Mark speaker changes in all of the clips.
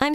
Speaker 1: I'm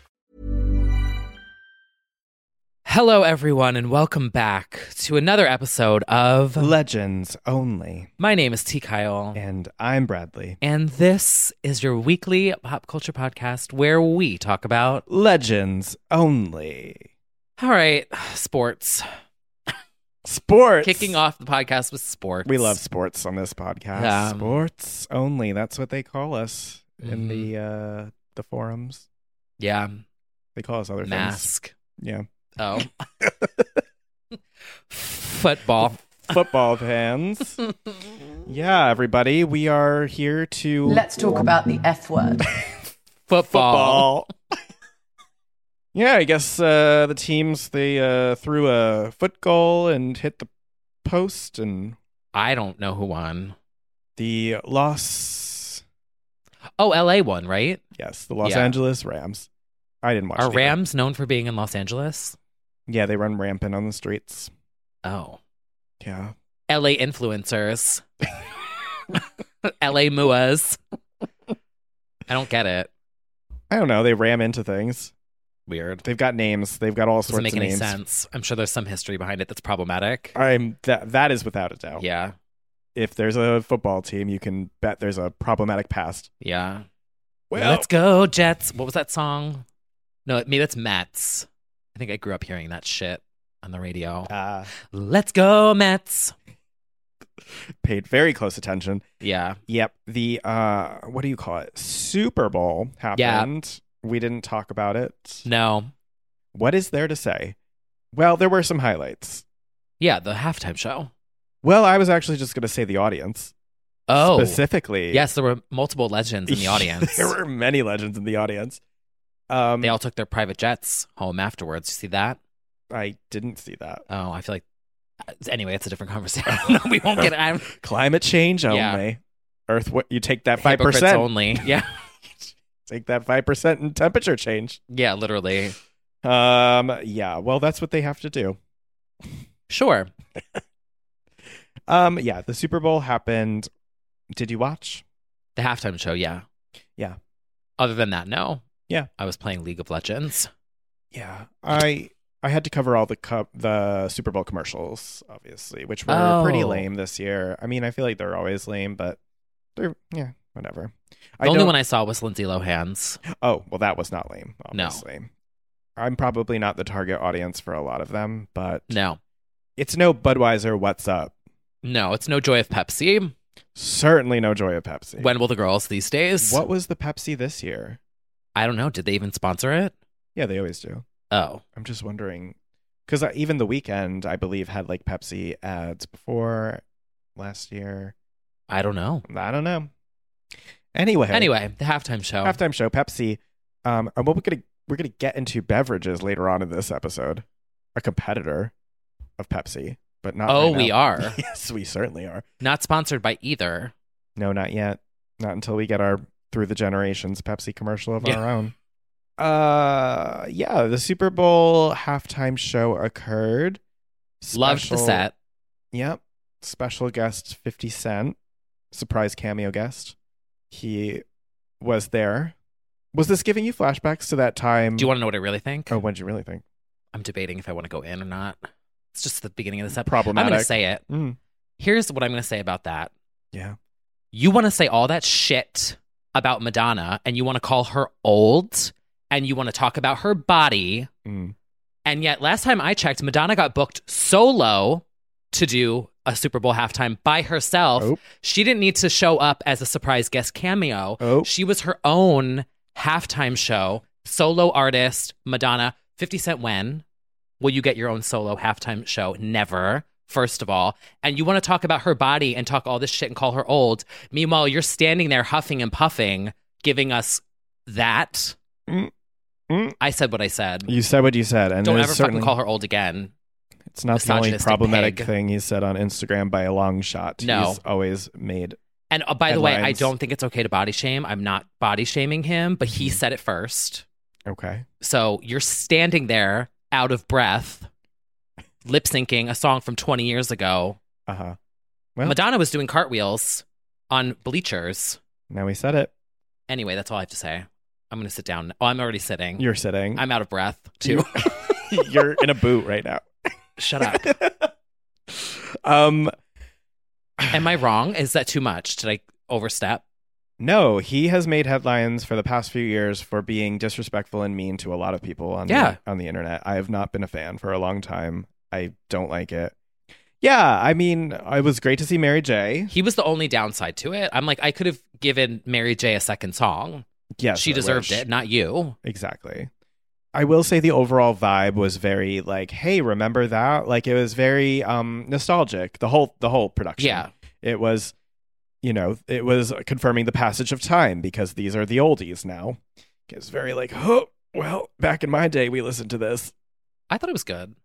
Speaker 2: Hello, everyone, and welcome back to another episode of.
Speaker 3: Legends only.
Speaker 2: My name is T. Kyle,
Speaker 3: And I'm Bradley.
Speaker 2: and this is your weekly pop culture podcast where we talk about.
Speaker 3: Legends only.
Speaker 2: All right, sports.
Speaker 3: Sports.
Speaker 2: Kicking off the podcast with sports.
Speaker 3: We love sports on this podcast.
Speaker 2: Yeah.
Speaker 3: Sports only. That's what they call us in the
Speaker 2: Mm.
Speaker 3: uh the forums.
Speaker 2: Yeah,
Speaker 3: They call us other things.
Speaker 2: mask.
Speaker 3: Yeah.
Speaker 2: Oh. Football.
Speaker 3: Football fans. yeah, everybody. We are here to
Speaker 4: Let's talk about the F word.
Speaker 2: Football.
Speaker 3: football. yeah, I guess uh, the teams they uh, threw a foot goal and hit the post, and
Speaker 2: I don't know who won.
Speaker 3: the Los
Speaker 2: Oh, LA won, right?
Speaker 3: yes, the Los
Speaker 2: Yeah.
Speaker 3: Angeles Rams. I didn't watch.
Speaker 2: Are
Speaker 3: the game.
Speaker 2: Rams known for being in Los Angeles?
Speaker 3: Yeah, they run rampant on the streets.
Speaker 2: Oh.
Speaker 3: Yeah,
Speaker 2: LA influencers. LA muas. I don't get it.
Speaker 3: I don't know. They ram into things.
Speaker 2: Weird.
Speaker 3: They've got names. They've got all sorts
Speaker 2: Doesn't make
Speaker 3: of
Speaker 2: any
Speaker 3: names.
Speaker 2: sense. I'm sure there's some history behind it that's problematic.
Speaker 3: I'm that that is without a doubt.
Speaker 2: Yeah.
Speaker 3: If there's a football team, you can bet there's a problematic past.
Speaker 2: Yeah. Let's go, Jets. What was that song? No, me, that's Mets. I think I grew up hearing that shit on the radio.
Speaker 3: Uh,
Speaker 2: Let's go, Mets.
Speaker 3: paid very close attention.
Speaker 2: Yeah.
Speaker 3: Yep. The uh what do you call it? Super Bowl happened. We didn't talk about it.
Speaker 2: No.
Speaker 3: What is there to say? Well, there were some highlights.
Speaker 2: Yeah, the halftime show.
Speaker 3: Well, I was actually just going to say the audience.
Speaker 2: Oh.
Speaker 3: Specifically.
Speaker 2: Yes, there were multiple legends in the audience.
Speaker 3: there were many legends in the audience. Um
Speaker 2: They all took their private jets home afterwards. You see that?
Speaker 3: I didn't see that.
Speaker 2: Oh, I feel like. Anyway, it's a different conversation. we won't get. I'm
Speaker 3: Climate change only.
Speaker 2: Yeah.
Speaker 3: Earth what you take that 5%.
Speaker 2: hypocrites only. Yeah,
Speaker 3: Take that 5% in temperature change.
Speaker 2: yeah, literally.
Speaker 3: Um yeah, well that's what they have to do.
Speaker 2: Sure.
Speaker 3: Um yeah, the Super Bowl happened. Did you watch?
Speaker 2: The halftime show. Yeah.
Speaker 3: Yeah.
Speaker 2: Other than that, no.
Speaker 3: Yeah.
Speaker 2: I was playing League of Legends.
Speaker 3: Yeah, I I had to cover all the cup the Super Bowl commercials, obviously, which were pretty
Speaker 2: Oh.
Speaker 3: lame this year. I mean, I feel like they're always lame, but they're yeah, whatever.
Speaker 2: The only
Speaker 3: don't-
Speaker 2: one I saw was Lindsay Lohan's.
Speaker 3: oh well, that was not lame.
Speaker 2: No.
Speaker 3: Obviously, I'm probably not the target audience for a lot of them, but
Speaker 2: No,
Speaker 3: it's no Budweiser. What's up?
Speaker 2: no, it's no joy of Pepsi.
Speaker 3: Certainly no joy of Pepsi.
Speaker 2: When will the girls these days?
Speaker 3: what was the Pepsi this year?
Speaker 2: I don't know. Did they even sponsor it?
Speaker 3: Yeah, they always do.
Speaker 2: Oh,
Speaker 3: I'm just wondering because even the weekend, I believe, had like Pepsi ads before last year.
Speaker 2: I don't know.
Speaker 3: I don't know. Anyway,
Speaker 2: Anyway, the halftime show.
Speaker 3: halftime show Pepsi. Um, and what we're gonna we're gonna get into beverages later on in this episode. A competitor of Pepsi, but not.
Speaker 2: Oh,
Speaker 3: right
Speaker 2: we
Speaker 3: now.
Speaker 2: are.
Speaker 3: yes, we certainly are.
Speaker 2: Not sponsored by either.
Speaker 3: No, not yet. Not until we get our through the generations Pepsi commercial of
Speaker 2: Yeah.
Speaker 3: our own. Uh, yeah, the Super Bowl halftime show occurred.
Speaker 2: Loved the
Speaker 3: Special-
Speaker 2: set.
Speaker 3: Yep. Special guest 50 Cent, surprise cameo guest. He was there. Was this giving you flashbacks to that time?
Speaker 2: Do you want to know what I really think?
Speaker 3: Oh, what'd you really think?
Speaker 2: I'm debating if I want to go in or not. It's just the beginning of this episode. I'm
Speaker 3: Problematic.
Speaker 2: going to say it.
Speaker 3: Mm.
Speaker 2: Here's what I'm going to say about that.
Speaker 3: Yeah.
Speaker 2: You want to say all that shit about Madonna and you want to call her old and you want to talk about her body.
Speaker 3: Mm.
Speaker 2: And yet, last time I checked, Madonna got booked solo to do a Super Bowl halftime by herself.
Speaker 3: Oh.
Speaker 2: She didn't need to show up as a surprise guest cameo.
Speaker 3: Oh.
Speaker 2: She was her own halftime show, solo artist, Madonna. 50 Cent, when will you get your own solo halftime show? Never, first of all. And you want to talk about her body and talk all this shit and call her old. Meanwhile, you're standing there huffing and puffing, giving us that.
Speaker 3: Mm. Mm.
Speaker 2: I said what I said.
Speaker 3: You said what you said, and
Speaker 2: Don't
Speaker 3: it's
Speaker 2: ever
Speaker 3: certainly
Speaker 2: fucking call her old again.
Speaker 3: it's not the only
Speaker 2: misogynistic
Speaker 3: problematic
Speaker 2: pig.
Speaker 3: thing he said on Instagram by a long shot.
Speaker 2: No.
Speaker 3: He's always made
Speaker 2: And uh, by the way, I
Speaker 3: Headlines.
Speaker 2: don't think it's okay to body shame. I'm not body shaming him, but
Speaker 3: Mm-hmm.
Speaker 2: he said it first.
Speaker 3: okay.
Speaker 2: So you're standing there out of breath, lip syncing a song from 20 years ago.
Speaker 3: Uh huh. Well,
Speaker 2: Madonna was doing cartwheels on bleachers.
Speaker 3: now he said it.
Speaker 2: Anyway, that's all I have to say. I'm going to sit down. Oh, I'm already sitting.
Speaker 3: You're sitting.
Speaker 2: I'm out of breath too.
Speaker 3: You're in a boot right now.
Speaker 2: Shut up.
Speaker 3: Um,
Speaker 2: Am I wrong? Is that too much? Did I overstep?
Speaker 3: No, he has made headlines for the past few years for being disrespectful and mean to a lot of people on
Speaker 2: Yeah.
Speaker 3: the, on the internet. I have not been a fan for a long time. I don't like it. Yeah, I mean, it was great to see Mary J.
Speaker 2: He was the only downside to it. I'm like, I could have given Mary J a second song.
Speaker 3: Yes,
Speaker 2: she
Speaker 3: I
Speaker 2: deserved
Speaker 3: wish.
Speaker 2: it, not you.
Speaker 3: Exactly. I will say the overall vibe was very like, hey, remember that? Like it was very um nostalgic. The whole the whole production.
Speaker 2: Yeah.
Speaker 3: It was you know, it was confirming the passage of time because these are the oldies now. It's very like, oh, well, back in my day we listened to this.
Speaker 2: I thought it was good.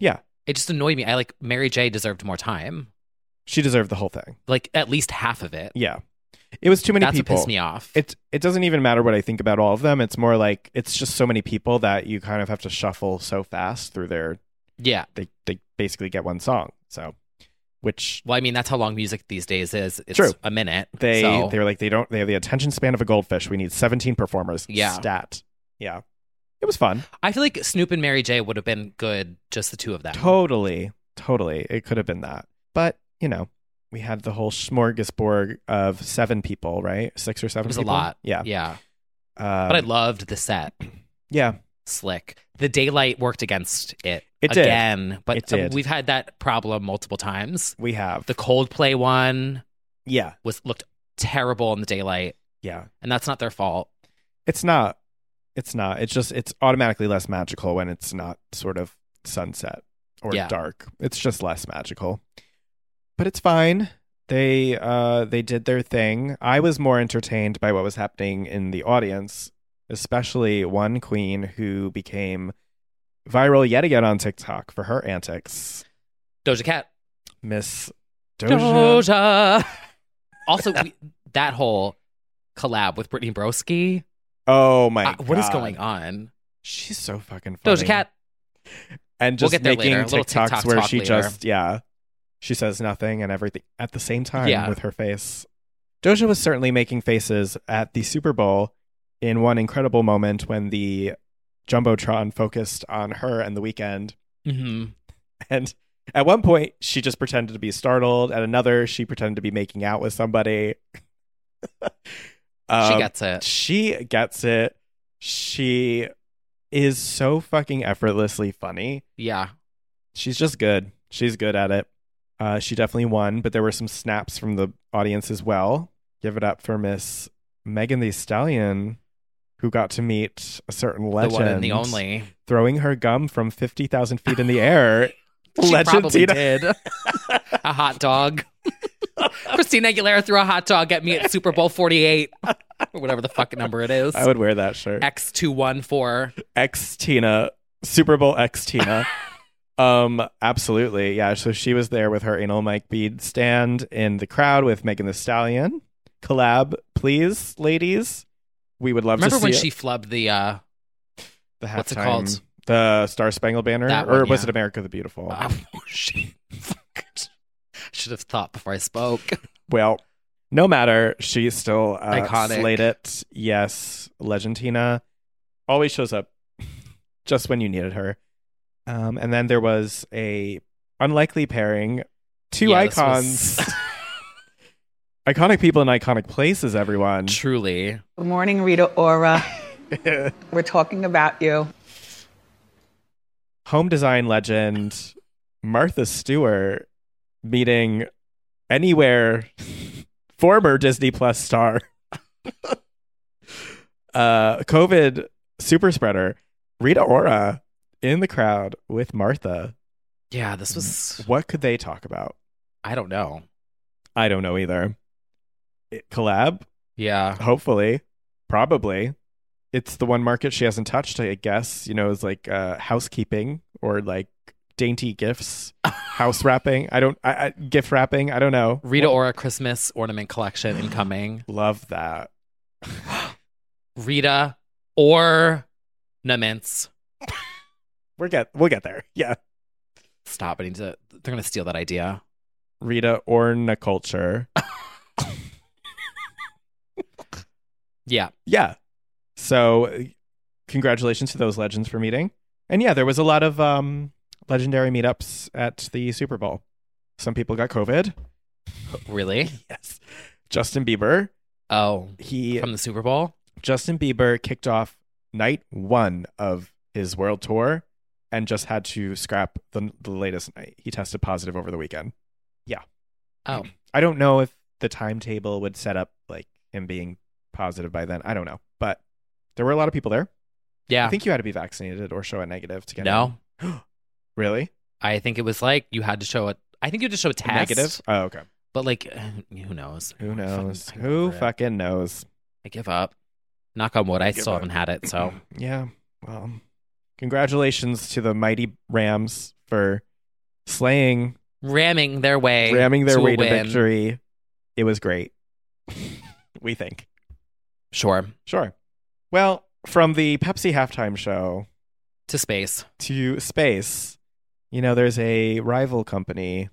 Speaker 3: Yeah.
Speaker 2: It just annoyed me. I like Mary J deserved more time.
Speaker 3: She deserved the whole thing.
Speaker 2: Like at least half of it.
Speaker 3: Yeah. It was too many
Speaker 2: That's
Speaker 3: people.
Speaker 2: what pissed me off.
Speaker 3: It it doesn't even matter what I think about all of them. It's more like it's just so many people that you kind of have to shuffle so fast through their
Speaker 2: yeah.
Speaker 3: they they basically get one song. So, which
Speaker 2: Well, I mean, that's how long music these days is. It's
Speaker 3: True.
Speaker 2: a minute.
Speaker 3: they
Speaker 2: so-
Speaker 3: they were like they don't they have the attention span of a goldfish. We need 17 performers.
Speaker 2: Yeah.
Speaker 3: Stat. Yeah. It was fun.
Speaker 2: I feel like Snoop and Mary J would have been good, just the two of them.
Speaker 3: Totally. Totally. It could have been that. But, you know, we had the whole smorgasbord of seven people, right? Six or
Speaker 2: It
Speaker 3: seven
Speaker 2: was a
Speaker 3: people?
Speaker 2: lot.
Speaker 3: Yeah.
Speaker 2: Yeah.
Speaker 3: Um,
Speaker 2: but I loved the set.
Speaker 3: yeah.
Speaker 2: Slick. The daylight worked against it.
Speaker 3: It did.
Speaker 2: again, But uh,
Speaker 3: It did.
Speaker 2: we've had that problem multiple times.
Speaker 3: We have.
Speaker 2: The Coldplay one
Speaker 3: yeah.
Speaker 2: was looked terrible in the daylight,
Speaker 3: Yeah.
Speaker 2: and that's not their fault.
Speaker 3: It's not. It's not. It's just it's automatically less magical when it's not sort of sunset or
Speaker 2: Yeah.
Speaker 3: dark. It's just less magical. But it's fine. They uh they did their thing. I was more entertained by what was happening in the audience, especially one queen who became viral yet again on TikTok for her antics.
Speaker 2: Doja Cat.
Speaker 3: Miss Doja.
Speaker 2: Doja. also, we, that whole collab with Brittany Broski.
Speaker 3: Oh my
Speaker 2: Uh, what is
Speaker 3: God.
Speaker 2: going on?
Speaker 3: She's so fucking funny.
Speaker 2: Doja Cat.
Speaker 3: and
Speaker 2: We'll
Speaker 3: just
Speaker 2: get there
Speaker 3: making
Speaker 2: later. A little
Speaker 3: TikToks
Speaker 2: TikTok
Speaker 3: where
Speaker 2: talk
Speaker 3: she
Speaker 2: later.
Speaker 3: just yeah, she says nothing and everything at the same time
Speaker 2: Yeah.
Speaker 3: with her face. Doja was certainly making faces at the Super Bowl in one incredible moment when the jumbotron focused on her and the weekend,
Speaker 2: hmm
Speaker 3: and at one point she just pretended to be startled. At another, she pretended to be making out with somebody.
Speaker 2: she
Speaker 3: Um,
Speaker 2: gets it.
Speaker 3: she gets it. She is so fucking effortlessly funny
Speaker 2: Yeah.
Speaker 3: she's just good. She's good at it. Uh, she definitely won, but there were some snaps from the audience as well. Give it up for Miss Megan the Stallion, who got to meet a certain legend,
Speaker 2: The one and the only.
Speaker 3: throwing her gum from fifty thousand feet in the air.
Speaker 2: She
Speaker 3: Legend
Speaker 2: probably
Speaker 3: Tina.
Speaker 2: did. a hot dog. Christina Aguilera threw a hot dog at me at Super Bowl 48, or whatever the fuck number it is.
Speaker 3: I would wear that shirt.
Speaker 2: X214.
Speaker 3: Ex Tina, Super Bowl ex Tina. um, absolutely, yeah. So she was there with her anal mic bead stand in the crowd with Megan the Stallion. Collab, please, ladies. We would love
Speaker 2: Remember
Speaker 3: to see
Speaker 2: when
Speaker 3: it.
Speaker 2: she flubbed the uh,
Speaker 3: The halftime,
Speaker 2: What's it called?
Speaker 3: The Star Spangled Banner,
Speaker 2: That
Speaker 3: or
Speaker 2: one,
Speaker 3: was
Speaker 2: yeah.
Speaker 3: it America the Beautiful?
Speaker 2: Oh, shit. Fuck. Should have thought before I spoke.
Speaker 3: Mm-hmm. Well, no matter, she still uh,
Speaker 2: Iconic.
Speaker 3: slayed it. Yes, Legendina always shows up just when you needed her. Um, and then there was a unlikely pairing, two
Speaker 2: Yeah, this
Speaker 3: icons,
Speaker 2: was-
Speaker 3: iconic people in iconic places. Everyone,
Speaker 2: Truly.
Speaker 4: Good morning, Rita Ora. We're talking about you.
Speaker 3: home design legend Martha Stewart meeting anywhere former Disney Plus star, uh, COVID super spreader Rita Ora in the crowd with Martha.
Speaker 2: Yeah, this was.
Speaker 3: What could they talk about?
Speaker 2: I don't know.
Speaker 3: I don't know either. It, collab,
Speaker 2: Yeah.
Speaker 3: hopefully, probably. It's the one market she hasn't touched, I guess. You know, is like uh, housekeeping or like dainty gifts, house wrapping. I don't, I, I, gift wrapping. I don't know.
Speaker 2: Rita Ora Christmas ornament collection incoming.
Speaker 3: Love that.
Speaker 2: Rita ornaments.
Speaker 3: We're get, we'll get there. Yeah.
Speaker 2: Stop. I need to. They're going to steal that idea.
Speaker 3: Rita Ornaculture.
Speaker 2: Yeah.
Speaker 3: Yeah. So, uh, congratulations to those legends for meeting. And yeah, there was a lot of um, legendary meetups at the Super Bowl. Some people got COVID.
Speaker 2: Really?
Speaker 3: Yes. Justin Bieber.
Speaker 2: Oh,
Speaker 3: He
Speaker 2: from the Super Bowl?
Speaker 3: Justin Bieber kicked off night one of his world tour and just had to scrap the, the latest night. He tested positive over the weekend.
Speaker 2: Oh,
Speaker 3: I don't know if the timetable would set up like him being positive by then. I don't know, but there were a lot of people there.
Speaker 2: yeah.
Speaker 3: I think you had to be vaccinated or show a negative to get in.
Speaker 2: no,
Speaker 3: Really?
Speaker 2: I think it was like you had to show a. I think you had to show a test.
Speaker 3: Negative? Oh, okay.
Speaker 2: But like, who knows?
Speaker 3: Who
Speaker 2: I'm fucking-
Speaker 3: knows?
Speaker 2: I'm
Speaker 3: Who
Speaker 2: over it.
Speaker 3: fucking knows?
Speaker 2: I give up. Knock on wood. I
Speaker 3: give
Speaker 2: still
Speaker 3: up.
Speaker 2: haven't had it. So
Speaker 3: Yeah. Well, congratulations to the mighty Rams for slaying
Speaker 2: ramming their way,
Speaker 3: ramming their
Speaker 2: to a
Speaker 3: way to
Speaker 2: win.
Speaker 3: victory. It was great. we think.
Speaker 2: Sure,
Speaker 3: Sure. Well, from the Pepsi halftime show
Speaker 2: to space.
Speaker 3: to space, you know, there's a rival company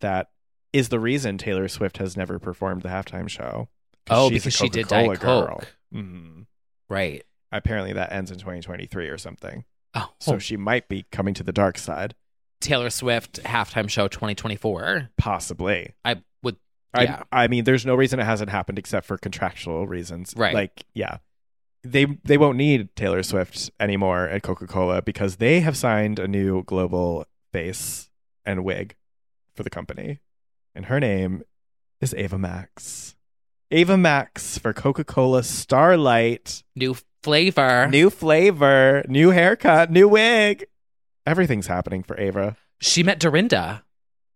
Speaker 3: that is the reason Taylor Swift has never performed the halftime show.
Speaker 2: Oh,
Speaker 3: she's a
Speaker 2: because she did
Speaker 3: Coca-Cola
Speaker 2: Diet
Speaker 3: girl.
Speaker 2: Coke.
Speaker 3: Mhm.
Speaker 2: Right.
Speaker 3: Apparently, that ends in 2023 or something.
Speaker 2: Oh,
Speaker 3: So she might be coming to the dark side,
Speaker 2: Taylor Swift halftime show 2024.
Speaker 3: possibly.
Speaker 2: I would.
Speaker 3: I,
Speaker 2: Yeah.
Speaker 3: I mean, there's no reason it hasn't happened except for contractual reasons.
Speaker 2: Right.
Speaker 3: Like, yeah. They they won't need Taylor Swift anymore at Coca-Cola because they have signed a new global face and wig for the company. And her name is Ava Max. Ava Max for Coca-Cola Starlight.
Speaker 2: New flavor.
Speaker 3: New flavor, new haircut, new wig. Everything's happening for Ava.
Speaker 2: She met Dorinda.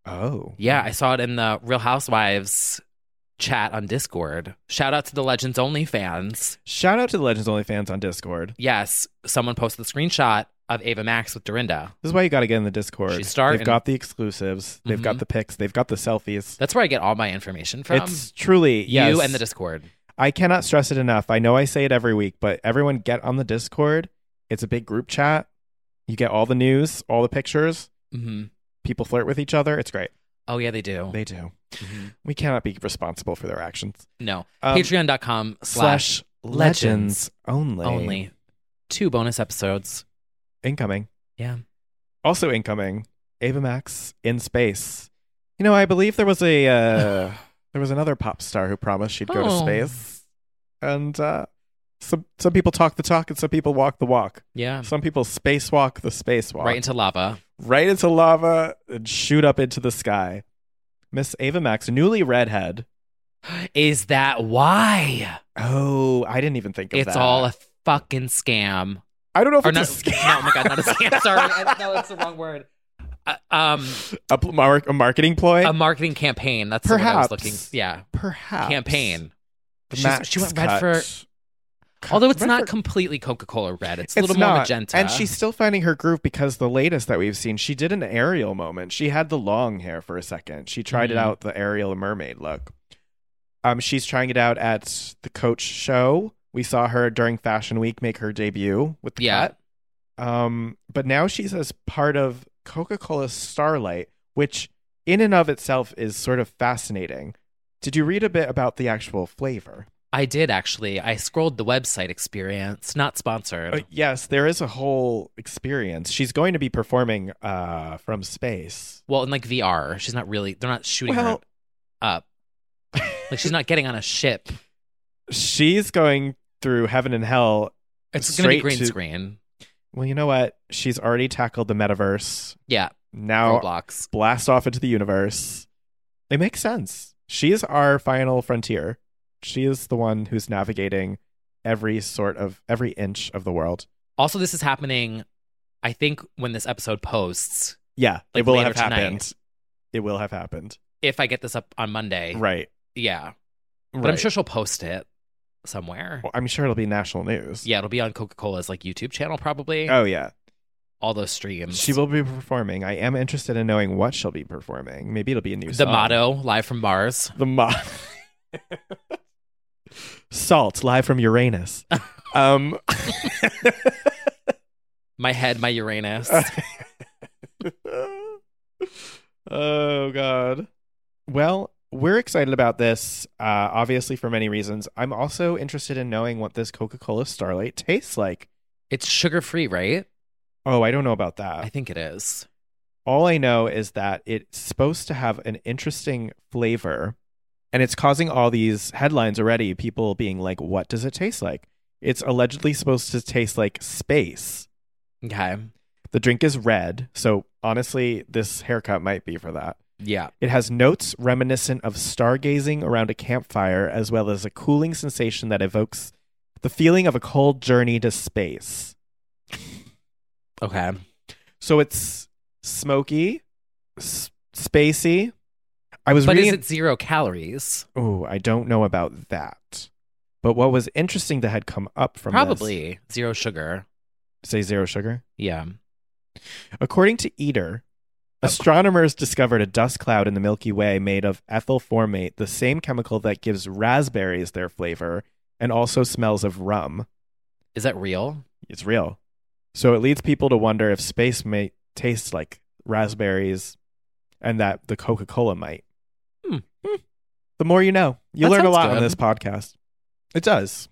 Speaker 3: Oh.
Speaker 2: Yeah, I saw it in the Real Housewives chat on Discord. Shout out to the Legends Only fans.
Speaker 3: Shout out to the Legends Only fans on Discord.
Speaker 2: Yes, someone posted the screenshot of Ava Max with Dorinda.
Speaker 3: This is why you got to get in the Discord.
Speaker 2: She's starting.
Speaker 3: They've got the exclusives. They've got
Speaker 2: Mhm.
Speaker 3: the pics. They've got the selfies.
Speaker 2: That's where I get all my information from.
Speaker 3: it's truly yes.
Speaker 2: You and the Discord.
Speaker 3: I cannot stress it enough. I know I say it every week, but everyone get on the Discord. It's a big group chat. You get all the news, all the pictures.
Speaker 2: hmm
Speaker 3: People flirt with each other. It's great.
Speaker 2: Oh yeah, they do.
Speaker 3: They do.
Speaker 2: Mhm.
Speaker 3: We cannot be responsible for their actions.
Speaker 2: No.
Speaker 3: Um,
Speaker 2: Patreon.com slash legends
Speaker 3: legends only.
Speaker 2: only two bonus episodes.
Speaker 3: incoming.
Speaker 2: Yeah.
Speaker 3: Also incoming. Ava Max in space. You know, I believe there was a uh, there was another pop star who promised she'd go to
Speaker 2: Oh.
Speaker 3: space, and uh, some some people talk the talk and some people walk the walk.
Speaker 2: Yeah.
Speaker 3: Some people spacewalk the spacewalk
Speaker 2: Um. Right into lava.
Speaker 3: right into lava and shoot up into the sky. Miss Ava Max, newly redhead.
Speaker 2: Is that why?
Speaker 3: Oh, I didn't even think of
Speaker 2: It's
Speaker 3: that.
Speaker 2: all a fucking scam.
Speaker 3: I don't know if
Speaker 2: Or
Speaker 3: it's
Speaker 2: not,
Speaker 3: a scam.
Speaker 2: No, oh my God, not a scam. Sorry. I, no, it's the wrong word. Uh, um,
Speaker 3: A, pl- mar- a marketing ploy.
Speaker 2: a marketing campaign. That's what I was
Speaker 3: Perhaps.
Speaker 2: looking. Yeah.
Speaker 3: Perhaps
Speaker 2: Campaign. But she's-
Speaker 3: Max
Speaker 2: she went red
Speaker 3: cut.
Speaker 2: for
Speaker 3: Cut-
Speaker 2: Although it's
Speaker 3: red
Speaker 2: not
Speaker 3: for-
Speaker 2: completely Coca Cola red, it's, a
Speaker 3: It's
Speaker 2: little more
Speaker 3: not.
Speaker 2: magenta.
Speaker 3: And she's still finding her groove because the latest that we've seen, she did an aerial moment. She had the long hair for a second. She tried it
Speaker 2: Mhm.
Speaker 3: out the aerial mermaid look. Um, she's trying it out at the Coach show. We saw her during Fashion Week make her debut with the
Speaker 2: Yeah.
Speaker 3: cut. Um, but now she's as part of Coca Cola Starlight, which in and of itself is sort of fascinating. Did you read a bit about the actual flavor?
Speaker 2: I did actually. I scrolled the website experience, not sponsored.
Speaker 3: Uh, yes, there is a whole experience. She's going to be performing uh, from space.
Speaker 2: well, in like VR, she's not really, they're not shooting
Speaker 3: Well-
Speaker 2: her up. Like she's not getting on a ship.
Speaker 3: She's going through heaven and hell.
Speaker 2: It's going to be
Speaker 3: straight
Speaker 2: green
Speaker 3: to-
Speaker 2: screen.
Speaker 3: Well, you know what? She's already tackled the metaverse.
Speaker 2: Yeah.
Speaker 3: Now
Speaker 2: Roblox.
Speaker 3: blast off into the universe. They make sense. She is our final frontier. She is the one who's navigating every sort of every inch of the world.
Speaker 2: Also, this is happening, I think, when this episode posts.
Speaker 3: Yeah,
Speaker 2: Like
Speaker 3: it will
Speaker 2: later
Speaker 3: have
Speaker 2: tonight.
Speaker 3: happened. It will have happened.
Speaker 2: If I get this up on Monday.
Speaker 3: Right.
Speaker 2: Yeah. But I'm
Speaker 3: Right.
Speaker 2: sure she'll post it somewhere.
Speaker 3: Well, I'm sure it'll be national news.
Speaker 2: Yeah, it'll be on Coca Cola's like YouTube channel probably.
Speaker 3: Oh yeah.
Speaker 2: All those streams.
Speaker 3: She will be performing. I am interested in knowing what she'll be performing. Maybe it'll be a new
Speaker 2: The
Speaker 3: song.
Speaker 2: motto, live from Mars.
Speaker 3: The motto. Salt live from Uranus. um
Speaker 2: My head, my Uranus.
Speaker 3: oh god. Well, we're excited about this, uh, obviously for many reasons. I'm also interested in knowing what this Coca-Cola Starlight tastes like.
Speaker 2: it's sugar free, right?
Speaker 3: Oh, I don't know about that.
Speaker 2: I think it is.
Speaker 3: All I know is that it's supposed to have an interesting flavor, and it's causing all these headlines already. People being like, "What does it taste like?" It's allegedly supposed to taste like space.
Speaker 2: Okay.
Speaker 3: The drink is red, so honestly, this haircut might be for that.
Speaker 2: Yeah.
Speaker 3: It has notes reminiscent of stargazing around a campfire, as well as a cooling sensation that evokes the feeling of a cold journey to space.
Speaker 2: Okay.
Speaker 3: So it's smoky, s- spacey. I was
Speaker 2: But is
Speaker 3: reading.
Speaker 2: it zero calories?
Speaker 3: oh, I don't know about that. But what was interesting that had come up from this-
Speaker 2: Probably zero sugar.
Speaker 3: say zero sugar.
Speaker 2: Yeah.
Speaker 3: According to Eater, astronomers discovered a dust cloud in the Milky Way made of ethyl formate, the same chemical that gives raspberries their flavor and also smells of rum.
Speaker 2: Is that real?
Speaker 3: It's real. So it leads people to wonder if space may taste like raspberries and that the Coca Cola might.
Speaker 2: Hmm.
Speaker 3: The more you know. You
Speaker 2: That
Speaker 3: learn a
Speaker 2: sounds
Speaker 3: lot on
Speaker 2: good.
Speaker 3: this podcast. It does.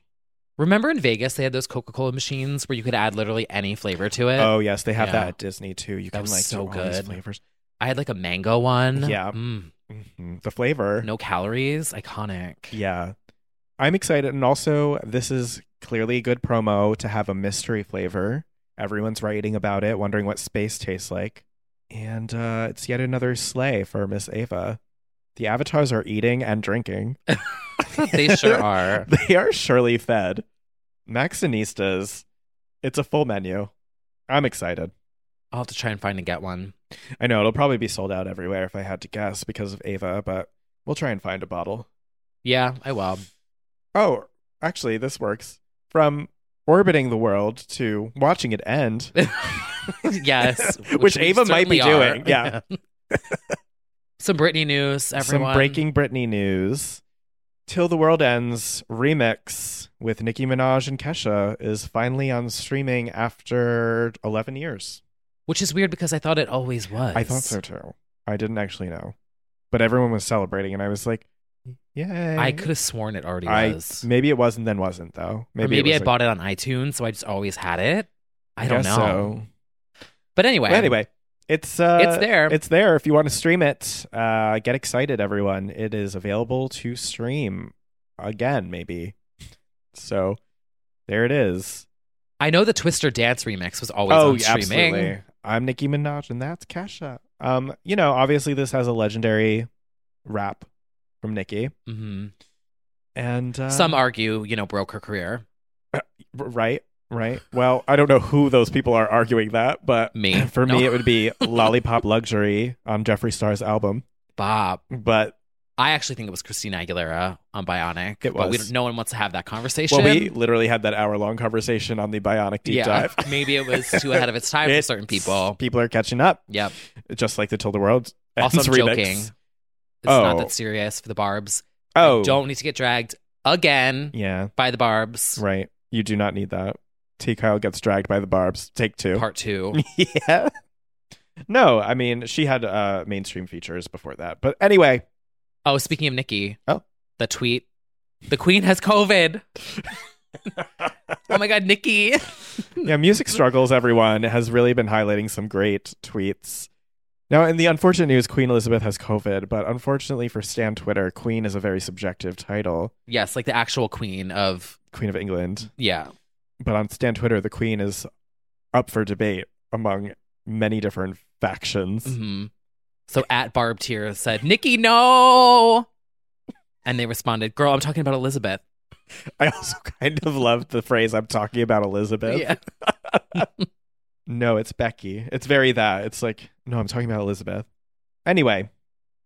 Speaker 2: Remember in Vegas they had those Coca Cola machines where you could add literally any flavor to it.
Speaker 3: oh, yes. They have
Speaker 2: yeah.
Speaker 3: that at Disney too. You
Speaker 2: That
Speaker 3: can
Speaker 2: was
Speaker 3: like
Speaker 2: so
Speaker 3: do all these
Speaker 2: good.
Speaker 3: flavors.
Speaker 2: I had like a mango one.
Speaker 3: Yeah.
Speaker 2: Mm.
Speaker 3: Mhm. The flavor.
Speaker 2: No calories. Iconic.
Speaker 3: Yeah. I'm excited. And also, this is clearly good promo to have a mystery flavor. Everyone's writing about it, wondering what space tastes like. And uh, it's yet another sleigh for Miss Ava. The avatars are eating and drinking.
Speaker 2: they sure are.
Speaker 3: they are surely fed. Maxinistas. It's a full menu. I'm excited.
Speaker 2: I'll have to try and find and get one.
Speaker 3: I know it'll probably be sold out everywhere if I had to guess because of Ava, but we'll try and find a bottle.
Speaker 2: Yeah, I will.
Speaker 3: Oh, actually, this works. From orbiting the world to watching it end.
Speaker 2: yes.
Speaker 3: Which
Speaker 2: we
Speaker 3: Ava might be
Speaker 2: certainly
Speaker 3: doing, yeah.
Speaker 2: Some Britney news, everyone.
Speaker 3: Some breaking Britney news. Till the World Ends remix with Nicki Minaj and Kesha is finally on streaming after 11 years.
Speaker 2: Which is weird because I thought it always was.
Speaker 3: I thought so too. I didn't actually know. But everyone was celebrating, and I was like, yay.
Speaker 2: I could have sworn it already
Speaker 3: I-
Speaker 2: was. Or
Speaker 3: Maybe it was and then wasn't, though.
Speaker 2: Maybe,
Speaker 3: Maybe, it was
Speaker 2: I
Speaker 3: like-
Speaker 2: bought it on iTunes, so I just always had it. I don't know.
Speaker 3: guess so.
Speaker 2: But anyway.
Speaker 3: But anyway, it's uh,
Speaker 2: It's there.
Speaker 3: It's there. If you want to stream it, uh, get excited, everyone! It is available to stream again, maybe. So there it is.
Speaker 2: I know the Twister Dance remix was always on streaming.
Speaker 3: Oh, absolutely. I'm Nicki Minaj, and that's Kesha. Um, you know, obviously this has a legendary rap from Nicki,
Speaker 2: hmm
Speaker 3: and uh,
Speaker 2: Some argue, you know, broke her career.
Speaker 3: right, right. Well, I don't know who those people are arguing that, but
Speaker 2: Me.
Speaker 3: for me,
Speaker 2: No.
Speaker 3: it would be "Lollipop Luxury" on Jeffree Star's album,
Speaker 2: Bob.
Speaker 3: but
Speaker 2: I actually think it was Christina Aguilera on Bionic.
Speaker 3: It
Speaker 2: But we
Speaker 3: was.
Speaker 2: don't, no one wants to have that conversation.
Speaker 3: Well, we literally had that hour long conversation on the Bionic deep dive.
Speaker 2: Maybe it was too ahead of its time for
Speaker 3: It's-
Speaker 2: certain people.
Speaker 3: People are catching up,
Speaker 2: Yep.
Speaker 3: just like the Till the World.
Speaker 2: Also, I'm
Speaker 3: Ends remix.
Speaker 2: joking. It's
Speaker 3: Oh.
Speaker 2: not that serious for the Barb's. I
Speaker 3: Oh,
Speaker 2: don't need to get dragged again
Speaker 3: Yeah,
Speaker 2: by the Barb's.
Speaker 3: right. You do not need that. T. Kyle gets dragged by the barbs. Take two.
Speaker 2: Part two.
Speaker 3: yeah. No, I mean she had uh, mainstream features before that, but anyway,
Speaker 2: Oh, speaking of Nikki.
Speaker 3: Oh.
Speaker 2: The tweet. The queen has COVID. oh my God, Nikki. Hmm.
Speaker 3: yeah, music struggles. Everyone has really been highlighting some great tweets. Now, in the unfortunate news, Queen Elizabeth has COVID, but unfortunately for Stan Twitter, Queen is a very subjective title.
Speaker 2: yes, like the actual queen of,
Speaker 3: Queen of England,
Speaker 2: yeah.
Speaker 3: but on Stan Twitter, the Queen is up for debate among many different factions.
Speaker 2: hmm So at Barb Tears said, Nikki, no. And they responded, girl, I'm talking about Elizabeth.
Speaker 3: I also kind of loved the phrase "I'm talking about Elizabeth."
Speaker 2: Yeah.
Speaker 3: No, it's Becky. It's very that. It's like, no, I'm talking about Elizabeth. Anyway,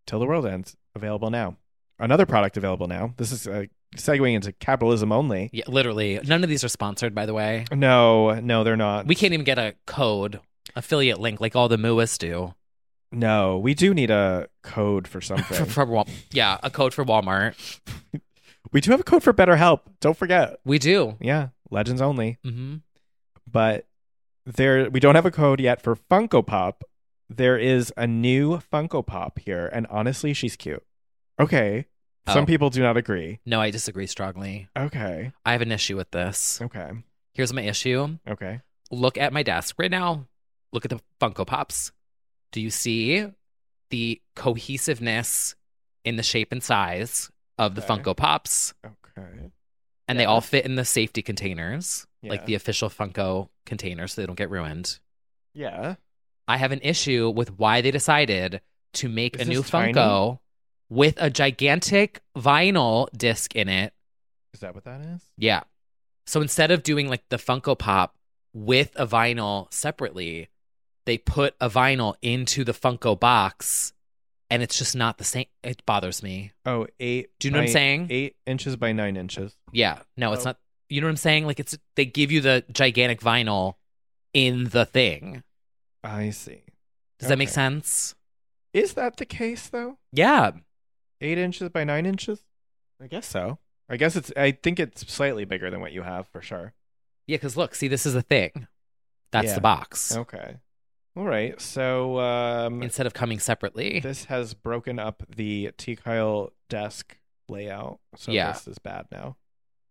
Speaker 3: Till the World Ends, available now. Another product available now. This is uh, segueing into capitalism only.
Speaker 2: yeah. Literally. None of these are sponsored, by the way.
Speaker 3: No, no, they're not.
Speaker 2: We can't even get a code affiliate link like all the MUAs do.
Speaker 3: No, we do need a code for
Speaker 2: For,
Speaker 3: something.
Speaker 2: for Wal- yeah, a code for Walmart.
Speaker 3: we do have a code for BetterHelp. Don't forget.
Speaker 2: We do.
Speaker 3: Yeah, legends only.
Speaker 2: hmm
Speaker 3: But there, we don't have a code yet for Funko Pop. There is a new Funko Pop here, and honestly, she's cute. Okay,
Speaker 2: Oh.
Speaker 3: some people do not agree.
Speaker 2: No, I disagree strongly.
Speaker 3: Okay,
Speaker 2: I have an issue with this.
Speaker 3: okay,
Speaker 2: Here's my issue.
Speaker 3: okay.
Speaker 2: Look at my desk right now. Look at the Funko Pops. Do you see the cohesiveness in the shape and size of the
Speaker 3: Okay.
Speaker 2: Funko Pops?
Speaker 3: Okay.
Speaker 2: And they all fit in the safety containers,
Speaker 3: Yeah.
Speaker 2: like the official Funko containers, so they don't get ruined.
Speaker 3: Yeah.
Speaker 2: I have an issue with why they decided to make
Speaker 3: Is
Speaker 2: a new
Speaker 3: this tiny?
Speaker 2: Funko with a gigantic vinyl disc in it
Speaker 3: Is that what that is?
Speaker 2: Yeah. So instead of doing like the Funko Pop with a vinyl separately, they put a vinyl into the Funko box and it's just not the same. It bothers me.
Speaker 3: Oh, eight.
Speaker 2: Do you know what I'm
Speaker 3: by-
Speaker 2: saying?
Speaker 3: Eight inches by nine inches.
Speaker 2: Yeah. No, it's
Speaker 3: Oh.
Speaker 2: not. You know what I'm saying? Like it's they give you the gigantic vinyl in the thing.
Speaker 3: I see.
Speaker 2: Does that make
Speaker 3: Okay.
Speaker 2: sense?
Speaker 3: Is that the case though?
Speaker 2: Yeah.
Speaker 3: Eight inches by nine inches? I guess so. I guess it's. I think it's slightly bigger than what you have for sure.
Speaker 2: Yeah, cuz look, see this is a thing. That's
Speaker 3: Yeah. Oh,
Speaker 2: the box.
Speaker 3: Okay. All right. So um,
Speaker 2: Instead of coming separately.
Speaker 3: this has broken up the T Kyle desk layout. So
Speaker 2: Yeah.
Speaker 3: this is bad now.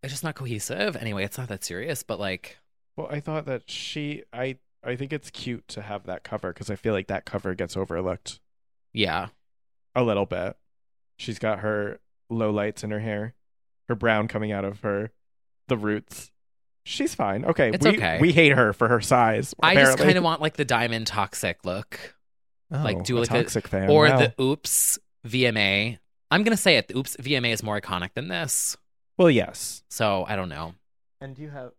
Speaker 2: it's just not cohesive. Anyway, it's not that serious, but like
Speaker 3: Well, I thought that she. I. I think it's cute to have that cover because I feel like that cover gets overlooked.
Speaker 2: yeah.
Speaker 3: A little bit. She's got her low lights in her hair, her brown coming out of her, the roots. She's fine. Okay,
Speaker 2: It's
Speaker 3: we
Speaker 2: okay.
Speaker 3: we hate her for her size.
Speaker 2: I just
Speaker 3: apparently. Oh,
Speaker 2: kind of want like the diamond toxic look, like, do
Speaker 3: a
Speaker 2: like a-
Speaker 3: toxic fan
Speaker 2: or
Speaker 3: wow.
Speaker 2: the oops VMA. I'm gonna say it. The oops VMA is more iconic than this,
Speaker 3: well, yes.
Speaker 2: so I don't know.
Speaker 3: And do you have?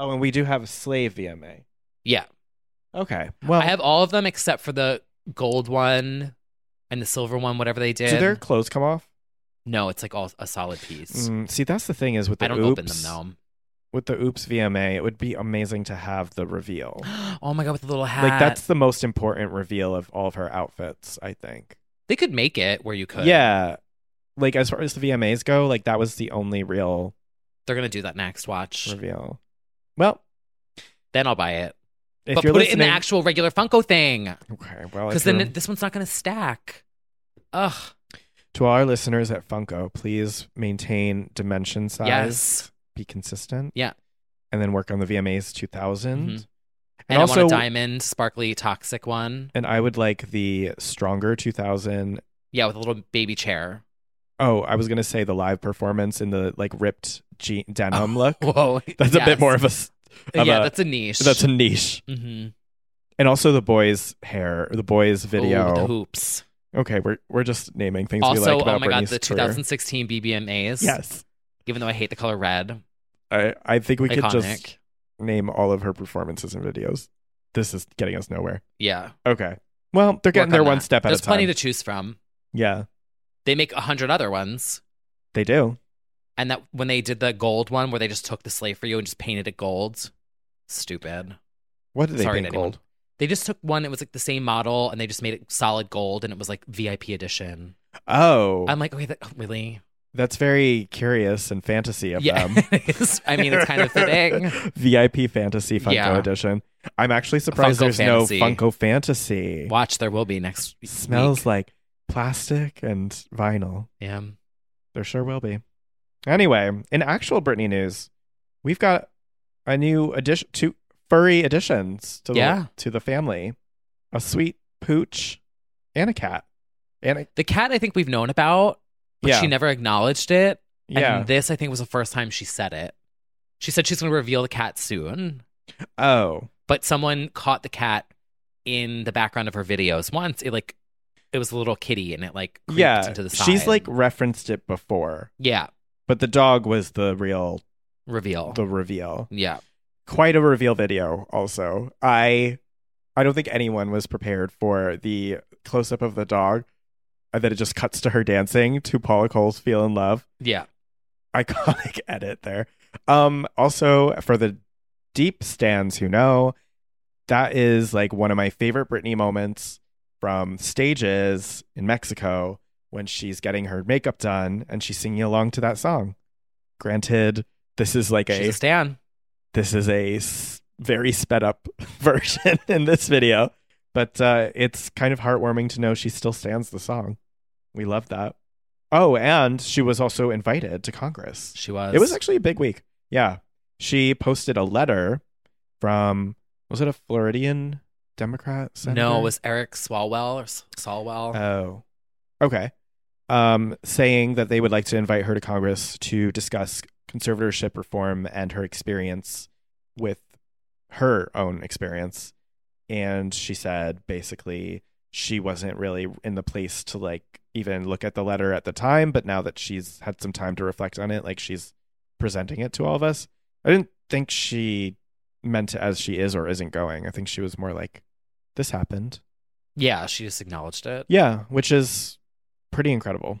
Speaker 3: Oh, and we do have slave VMA.
Speaker 2: Yeah,
Speaker 3: Okay. Well,
Speaker 2: I have all of them except for the gold one and the silver one, whatever they
Speaker 3: do
Speaker 2: did.
Speaker 3: their clothes come off?
Speaker 2: No, it's like all a solid piece.
Speaker 3: Mm, see, that's the thing is with the
Speaker 2: I don't
Speaker 3: oops,
Speaker 2: open them though.
Speaker 3: With the oops VMA, it would be amazing to have the reveal.
Speaker 2: Oh my god, with the little hat.
Speaker 3: like that's the most important reveal of all of her outfits, I think.
Speaker 2: they could make it where you could.
Speaker 3: Yeah. Like as far as the VMAs go, like that was the only real
Speaker 2: they're gonna do that next. Watch,
Speaker 3: reveal. Well,
Speaker 2: then I'll buy it.
Speaker 3: if
Speaker 2: but
Speaker 3: you're
Speaker 2: put it in
Speaker 3: listening,
Speaker 2: the actual regular Funko thing,
Speaker 3: okay. Well,
Speaker 2: because
Speaker 3: if
Speaker 2: then
Speaker 3: you're-
Speaker 2: this one's not gonna stack. Ugh.
Speaker 3: to all our listeners at Funko, please maintain dimension size,
Speaker 2: Yes.
Speaker 3: be consistent,
Speaker 2: Yeah.
Speaker 3: and then work on the VMAs 2000.
Speaker 2: Mhm.
Speaker 3: And,
Speaker 2: And, I
Speaker 3: also,
Speaker 2: want a diamond, sparkly, toxic one.
Speaker 3: and I would like the stronger 2000.
Speaker 2: Yeah, with a little baby chair.
Speaker 3: Oh, I was gonna say the live performance in the like ripped je- denim
Speaker 2: Oh,
Speaker 3: look.
Speaker 2: Whoa,
Speaker 3: That's a bit more of a s- of
Speaker 2: yeah,
Speaker 3: a-
Speaker 2: that's a niche.
Speaker 3: that's a niche.
Speaker 2: hmm
Speaker 3: And also the boys' hair, the boys' video.
Speaker 2: Oh, the hoops.
Speaker 3: Okay, we're we're just naming things we
Speaker 2: Also,
Speaker 3: like about
Speaker 2: oh my god,
Speaker 3: Britney's
Speaker 2: the
Speaker 3: career.
Speaker 2: 2016 BBMAs.
Speaker 3: Yes,
Speaker 2: Even though I hate the color red,
Speaker 3: I I think we
Speaker 2: iconic.
Speaker 3: could just name all of her performances and videos. This is getting us nowhere.
Speaker 2: yeah,
Speaker 3: Okay, well they're getting
Speaker 2: work
Speaker 3: their
Speaker 2: on
Speaker 3: one
Speaker 2: that.
Speaker 3: step at
Speaker 2: There's
Speaker 3: a time.
Speaker 2: plenty to choose from.
Speaker 3: yeah,
Speaker 2: They make a hundred other ones,
Speaker 3: they do.
Speaker 2: and that when they did the gold one, where they just took the slave for you and just painted it gold. Stupid.
Speaker 3: What did they
Speaker 2: Sorry to
Speaker 3: paint
Speaker 2: anyone.
Speaker 3: gold?
Speaker 2: They just took one. It was like the same model, and they just made it solid gold, and it was like VIP edition.
Speaker 3: Oh,
Speaker 2: I'm like, okay, that, really?
Speaker 3: That's very curious and fantasy of
Speaker 2: yeah,
Speaker 3: them.
Speaker 2: it is. I mean, it's kind of fitting.
Speaker 3: VIP Fantasy Funko
Speaker 2: Yeah.
Speaker 3: Edition. I'm actually surprised
Speaker 2: Funko
Speaker 3: there's
Speaker 2: Fantasy.
Speaker 3: no Funko Fantasy.
Speaker 2: Watch, there will be next. week.
Speaker 3: Smells like plastic and vinyl.
Speaker 2: Yeah.
Speaker 3: There sure will be. Anyway, in actual Britney news, we've got a new addition two furry additions to the
Speaker 2: Yeah.
Speaker 3: to the family. A sweet pooch and a cat. And a,
Speaker 2: The cat, I think we've known about, but
Speaker 3: yeah,
Speaker 2: she never acknowledged it.
Speaker 3: yeah.
Speaker 2: And this, I think, was the first time she said it. She said she's going to reveal the cat soon,
Speaker 3: oh.
Speaker 2: but someone caught the cat in the background of her videos. Once it like, it was a little kitty, and it like creeped
Speaker 3: Yeah.
Speaker 2: into the side.
Speaker 3: She's like referenced it before,
Speaker 2: yeah,
Speaker 3: but the dog was the real
Speaker 2: reveal.
Speaker 3: the reveal.
Speaker 2: yeah,
Speaker 3: quite a reveal video also i i don't think anyone was prepared for the close-up of the dog and then it just cuts to her dancing to paula cole's feel in love
Speaker 2: yeah,
Speaker 3: iconic edit there um also for the deep stands who know that is like one of my favorite britney moments from stages in mexico when she's getting her makeup done and she's singing along to that song granted this is like
Speaker 2: she's a stan.
Speaker 3: this is a s- very sped up version in this video, but uh, it's kind of heartwarming to know she still stands the song. We love that. Oh, and she was also invited to Congress.
Speaker 2: She was.
Speaker 3: It was actually a big week. Yeah. She posted a letter from, was it a Floridian Democrat? Senator?
Speaker 2: no, it was Eric Swalwell or S- Solwell.
Speaker 3: Oh. Okay. Um, saying that they would like to invite her to Congress to discuss conservatorship reform and her experience with her own experience. And she said basically she wasn't really in the place to like even look at the letter at the time, but now that she's had some time to reflect on it, like she's presenting it to all of us. I didn't think she meant it as she is or isn't going. I think she was more like, this happened.
Speaker 2: yeah, she just acknowledged it.
Speaker 3: Yeah, which is pretty incredible.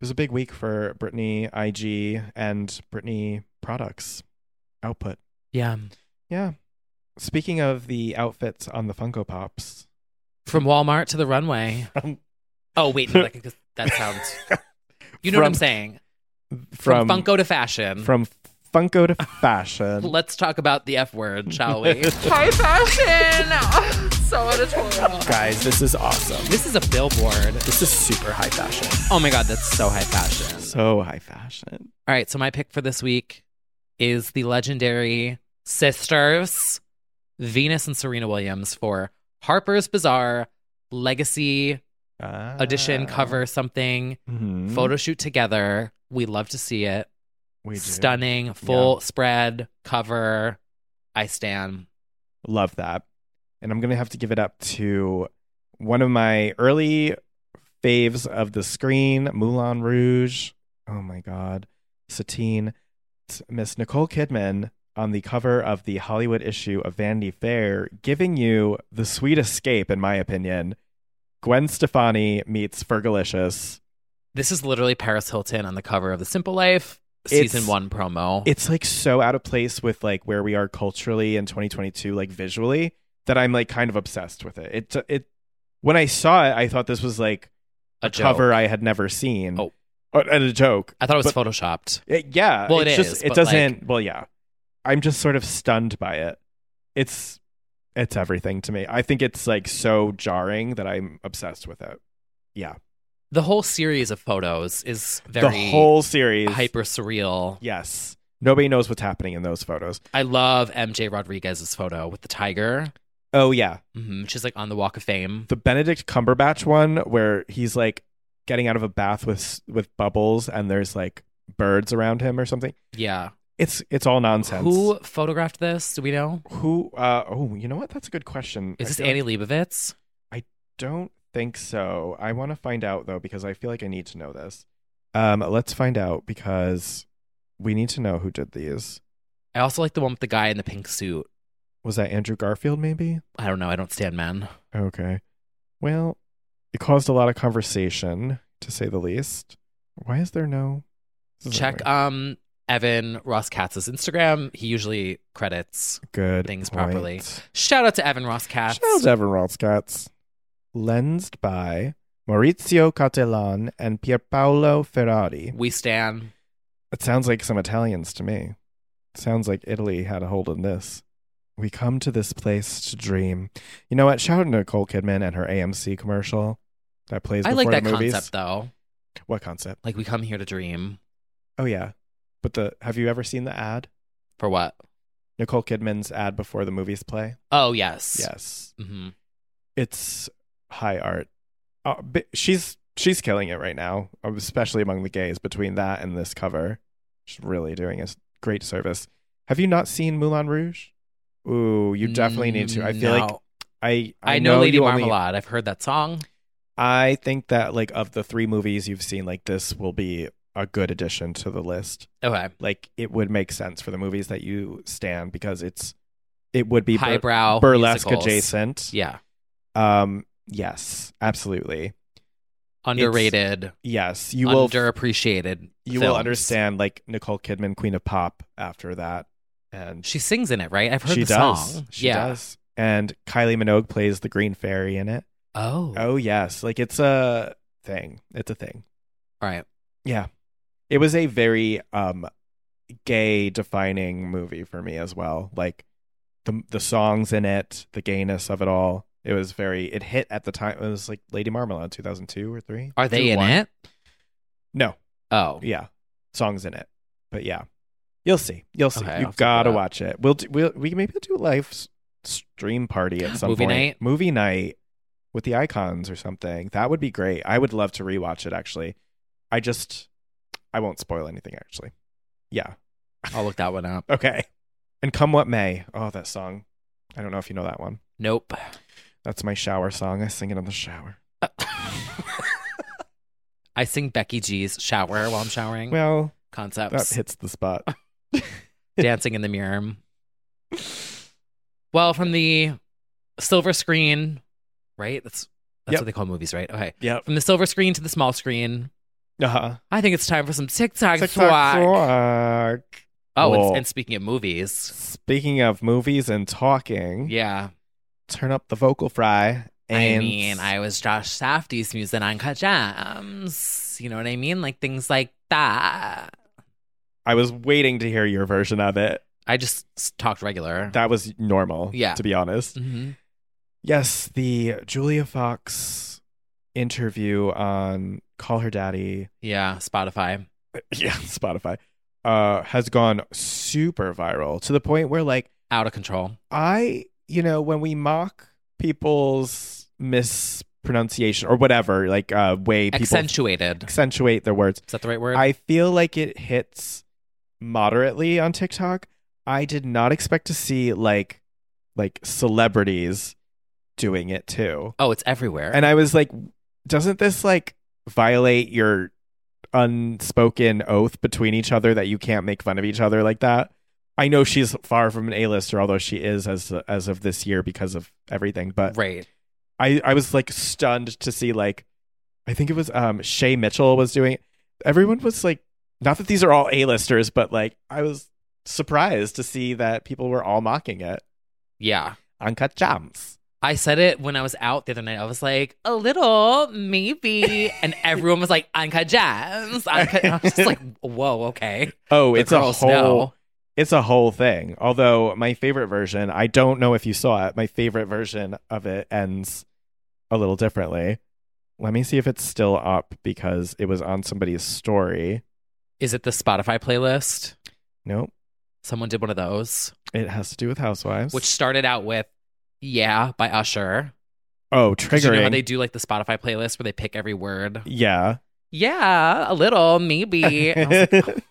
Speaker 3: It was a big week for Brittany IG and Brittany products output.
Speaker 2: Yeah.
Speaker 3: Yeah. Speaking of the outfits on the Funko Pops,
Speaker 2: From Walmart to the runway.
Speaker 3: From-
Speaker 2: oh wait, no, that, can- that sounds. You know what I'm
Speaker 3: From-
Speaker 2: saying?
Speaker 3: from,
Speaker 2: From, Funko to fashion.
Speaker 3: from Funko to fashion,
Speaker 2: Let's talk about the F word, shall we?
Speaker 4: High fashion. so editorial.
Speaker 5: Guys, this is awesome.
Speaker 2: this is a billboard.
Speaker 5: This is super high fashion.
Speaker 2: Oh my god, that's so high fashion.
Speaker 3: so high fashion.
Speaker 2: All right, so my pick for this week is the legendary sisters, Venus and Serena Williams for Harper's Bazaar Legacy
Speaker 3: Ah.
Speaker 2: Edition cover something
Speaker 3: Mhm.
Speaker 2: photo shoot together. We love to see it.
Speaker 3: We do.
Speaker 2: Stunning, full spread cover. I stand.
Speaker 3: Love that. And I'm going to have to give it up to one of my early faves of the screen, Moulin Rouge. Oh my God. Satine. It's Miss Nicole Kidman on the cover of the Hollywood issue of Vanity Fair, giving you the sweet escape, in my opinion. Gwen Stefani meets Fergalicious.
Speaker 2: This is literally Paris Hilton on the cover of The Simple Life season
Speaker 3: It's-
Speaker 2: one promo.
Speaker 3: It's like so out of place with like where we are culturally in 2022, like visually, that I'm like kind of obsessed with it. It it when I saw it, I thought this was like
Speaker 2: a joke.
Speaker 3: cover I had never seen.
Speaker 2: Oh.
Speaker 3: Uh, and a joke.
Speaker 2: I thought it was
Speaker 3: But-
Speaker 2: photoshopped.
Speaker 3: It- yeah.
Speaker 2: Well,
Speaker 3: it's
Speaker 2: it
Speaker 3: just,
Speaker 2: is,
Speaker 3: It
Speaker 2: but,
Speaker 3: doesn't. well, yeah. I'm just sort of stunned by it. It's it's everything to me. I think it's like so jarring that I'm obsessed with it. Yeah.
Speaker 2: The whole series of photos is very
Speaker 3: the whole series.
Speaker 2: hyper surreal.
Speaker 3: Yes. Nobody knows what's happening in those photos.
Speaker 2: I love MJ Rodriguez's photo with the tiger.
Speaker 3: Oh yeah.
Speaker 2: hmm She's like on the Walk of Fame.
Speaker 3: the Benedict Cumberbatch one where he's like getting out of a bath with with bubbles and there's like birds around him or something.
Speaker 2: Yeah.
Speaker 3: It's it's all nonsense.
Speaker 2: Who photographed this? Do we know?
Speaker 3: who uh oh, you know what? That's a good question.
Speaker 2: Is
Speaker 3: I
Speaker 2: this
Speaker 3: feel like-
Speaker 2: Annie Leibovitz?
Speaker 3: Don't think so. I want to find out though because I feel like I need to know this. Um let's find out because we need to know who did these.
Speaker 2: I also like the one with the guy in the pink suit.
Speaker 3: Was that Andrew Garfield maybe?
Speaker 2: I don't know. I don't stand men.
Speaker 3: Okay. Well, it caused a lot of conversation to say the least. Why is there no this is
Speaker 2: Check
Speaker 3: annoying.
Speaker 2: um Evan Ross Katz's Instagram. He usually credits.
Speaker 3: good
Speaker 2: things
Speaker 3: point.
Speaker 2: properly. Shout out to Evan Ross Katz.
Speaker 3: Shout out to Evan Rothscotts. Lensed by Maurizio Catellan, and Pierpaolo Ferrari.
Speaker 2: We stand.
Speaker 3: It sounds like some Italians to me. It sounds like Italy had a hold on this. We come to this place to dream. You know what? Shout out to Nicole Kidman and her AMC commercial that plays.
Speaker 2: I like
Speaker 3: before
Speaker 2: that
Speaker 3: the movies.
Speaker 2: concept though.
Speaker 3: What concept?
Speaker 2: Like we come here to dream
Speaker 3: Oh yeah, but the have you ever seen the ad?
Speaker 2: for what?
Speaker 3: Nicole Kidman's ad before the movies play.
Speaker 2: Oh yes.
Speaker 3: Yes,
Speaker 2: hmm
Speaker 3: it's high art. Uh, but she's she's killing it right now, especially among the gays. Between that and this cover, she's really doing a s- great service. Have you not seen Moulin Rouge? Ooh, you definitely need to. I feel like I
Speaker 2: Mm, I, know, Lady
Speaker 3: you only-
Speaker 2: Marmalade. I've heard that song.
Speaker 3: I think that like of the three movies you've seen, like this will be a good addition to the list.
Speaker 2: Okay.
Speaker 3: Like it would make sense for the movies that you stand because it's it would be bur-
Speaker 2: Highbrow
Speaker 3: burlesque
Speaker 2: musicals.
Speaker 3: adjacent.
Speaker 2: Yeah.
Speaker 3: Um. Yes. Absolutely.
Speaker 2: Underrated.
Speaker 3: Yes. You will.
Speaker 2: underappreciated.
Speaker 3: you will
Speaker 2: films.
Speaker 3: understand like Nicole Kidman, Queen of Pop, after that, and
Speaker 2: She sings in it, right? I've heard
Speaker 3: she
Speaker 2: the
Speaker 3: does.
Speaker 2: song.
Speaker 3: She
Speaker 2: yeah.
Speaker 3: does. And Kylie Minogue plays the Green Fairy in it.
Speaker 2: Oh. All
Speaker 3: Oh yes, like it's a thing. It's a thing.
Speaker 2: right.
Speaker 3: Yeah. It was a very um gay defining movie for me as well. Like the the songs in it, the gayness of it all. It was very it hit at the time. It was like Lady Marmalade 2002 or 3.
Speaker 2: Are they
Speaker 3: Two,
Speaker 2: in
Speaker 3: one.
Speaker 2: it?
Speaker 3: No.
Speaker 2: Oh.
Speaker 3: Yeah. Songs in it. But yeah. You'll see. You'll see.
Speaker 2: Okay, I'll
Speaker 3: you
Speaker 2: have to
Speaker 3: got to
Speaker 2: look it up.
Speaker 3: watch it. We'll do, we'll we can maybe do a live s- stream party at some
Speaker 2: Movie
Speaker 3: point.
Speaker 2: night?
Speaker 3: Movie night with the icons or something. That would be great. I would love to rewatch it actually. I just I won't spoil anything actually. Yeah.
Speaker 2: I'll look that one up.
Speaker 3: Okay. And come what may. Oh, that song. I don't know if you know that one.
Speaker 2: Nope.
Speaker 3: That's my shower song. I sing it in the shower.
Speaker 2: I sing Becky G's shower while I'm showering.
Speaker 3: Well, that
Speaker 2: Concepts.
Speaker 3: hits the spot.
Speaker 2: Dancing in the mirror. Well, from the silver screen, right? That's that's
Speaker 3: Yep.
Speaker 2: what they call movies, right? Okay.
Speaker 3: Yep.
Speaker 2: From the silver screen to the small screen.
Speaker 3: Uh-huh.
Speaker 2: I think it's time for some TikTok,
Speaker 3: Tick,
Speaker 2: TikTok
Speaker 3: tock, tock.
Speaker 2: Oh,
Speaker 3: Whoa.
Speaker 2: and, and speaking of movies,
Speaker 3: Speaking of movies and talking,
Speaker 2: yeah.
Speaker 3: turn up the vocal fry. And
Speaker 2: I mean, I was Josh Safdie's muse in Uncut Gems. You know what I mean? Like things like that.
Speaker 3: I was waiting to hear your version of it.
Speaker 2: I just s- talked regular.
Speaker 3: That was normal,
Speaker 2: Yeah.
Speaker 3: to be honest.
Speaker 2: hmm
Speaker 3: Yes, the Julia Fox interview on Call Her Daddy
Speaker 2: Yeah, Spotify.
Speaker 3: yeah, Spotify, uh, has gone super viral to the point where, like,
Speaker 2: Out of control.
Speaker 3: I, you know, when we mock people's mispronunciation or whatever, like, uh, way people
Speaker 2: Accentuated.
Speaker 3: accentuate their words,
Speaker 2: Is that the right word?
Speaker 3: I feel like it hits moderately on TikTok. I did not expect to see like, like celebrities doing it too.
Speaker 2: oh, it's everywhere.
Speaker 3: And I was like, doesn't this like violate your unspoken oath between each other that you can't make fun of each other like that? I know she's far from an A-lister, although she is as as of this year because of everything. But
Speaker 2: right.
Speaker 3: I I was like stunned to see like I think it was um Shay Mitchell was doing. it. Everyone was like, not that these are all A-listers, but like I was surprised to see that people were all mocking it.
Speaker 2: Yeah.
Speaker 3: Uncut jams.
Speaker 2: I said it when I was out the other night. I was like, a little, maybe. And everyone was like, Uncut Gems. Uncut. And I was just like, whoa, okay.
Speaker 3: Oh,
Speaker 2: The
Speaker 3: it's a
Speaker 2: girls
Speaker 3: whole.
Speaker 2: know.
Speaker 3: it's a whole thing. Although my favorite version, I don't know if you saw it, my favorite version of it ends a little differently. Let me see if it's still up because it was on somebody's story.
Speaker 2: Is it the Spotify playlist?
Speaker 3: Nope.
Speaker 2: Someone did one of those,
Speaker 3: It has to do with housewives.
Speaker 2: which started out with "Yeah" by Usher.
Speaker 3: oh,
Speaker 2: 'Cause
Speaker 3: triggering.
Speaker 2: You know how they do like the Spotify playlist where they pick every word.
Speaker 3: yeah.
Speaker 2: Yeah, a little, maybe. And I was like,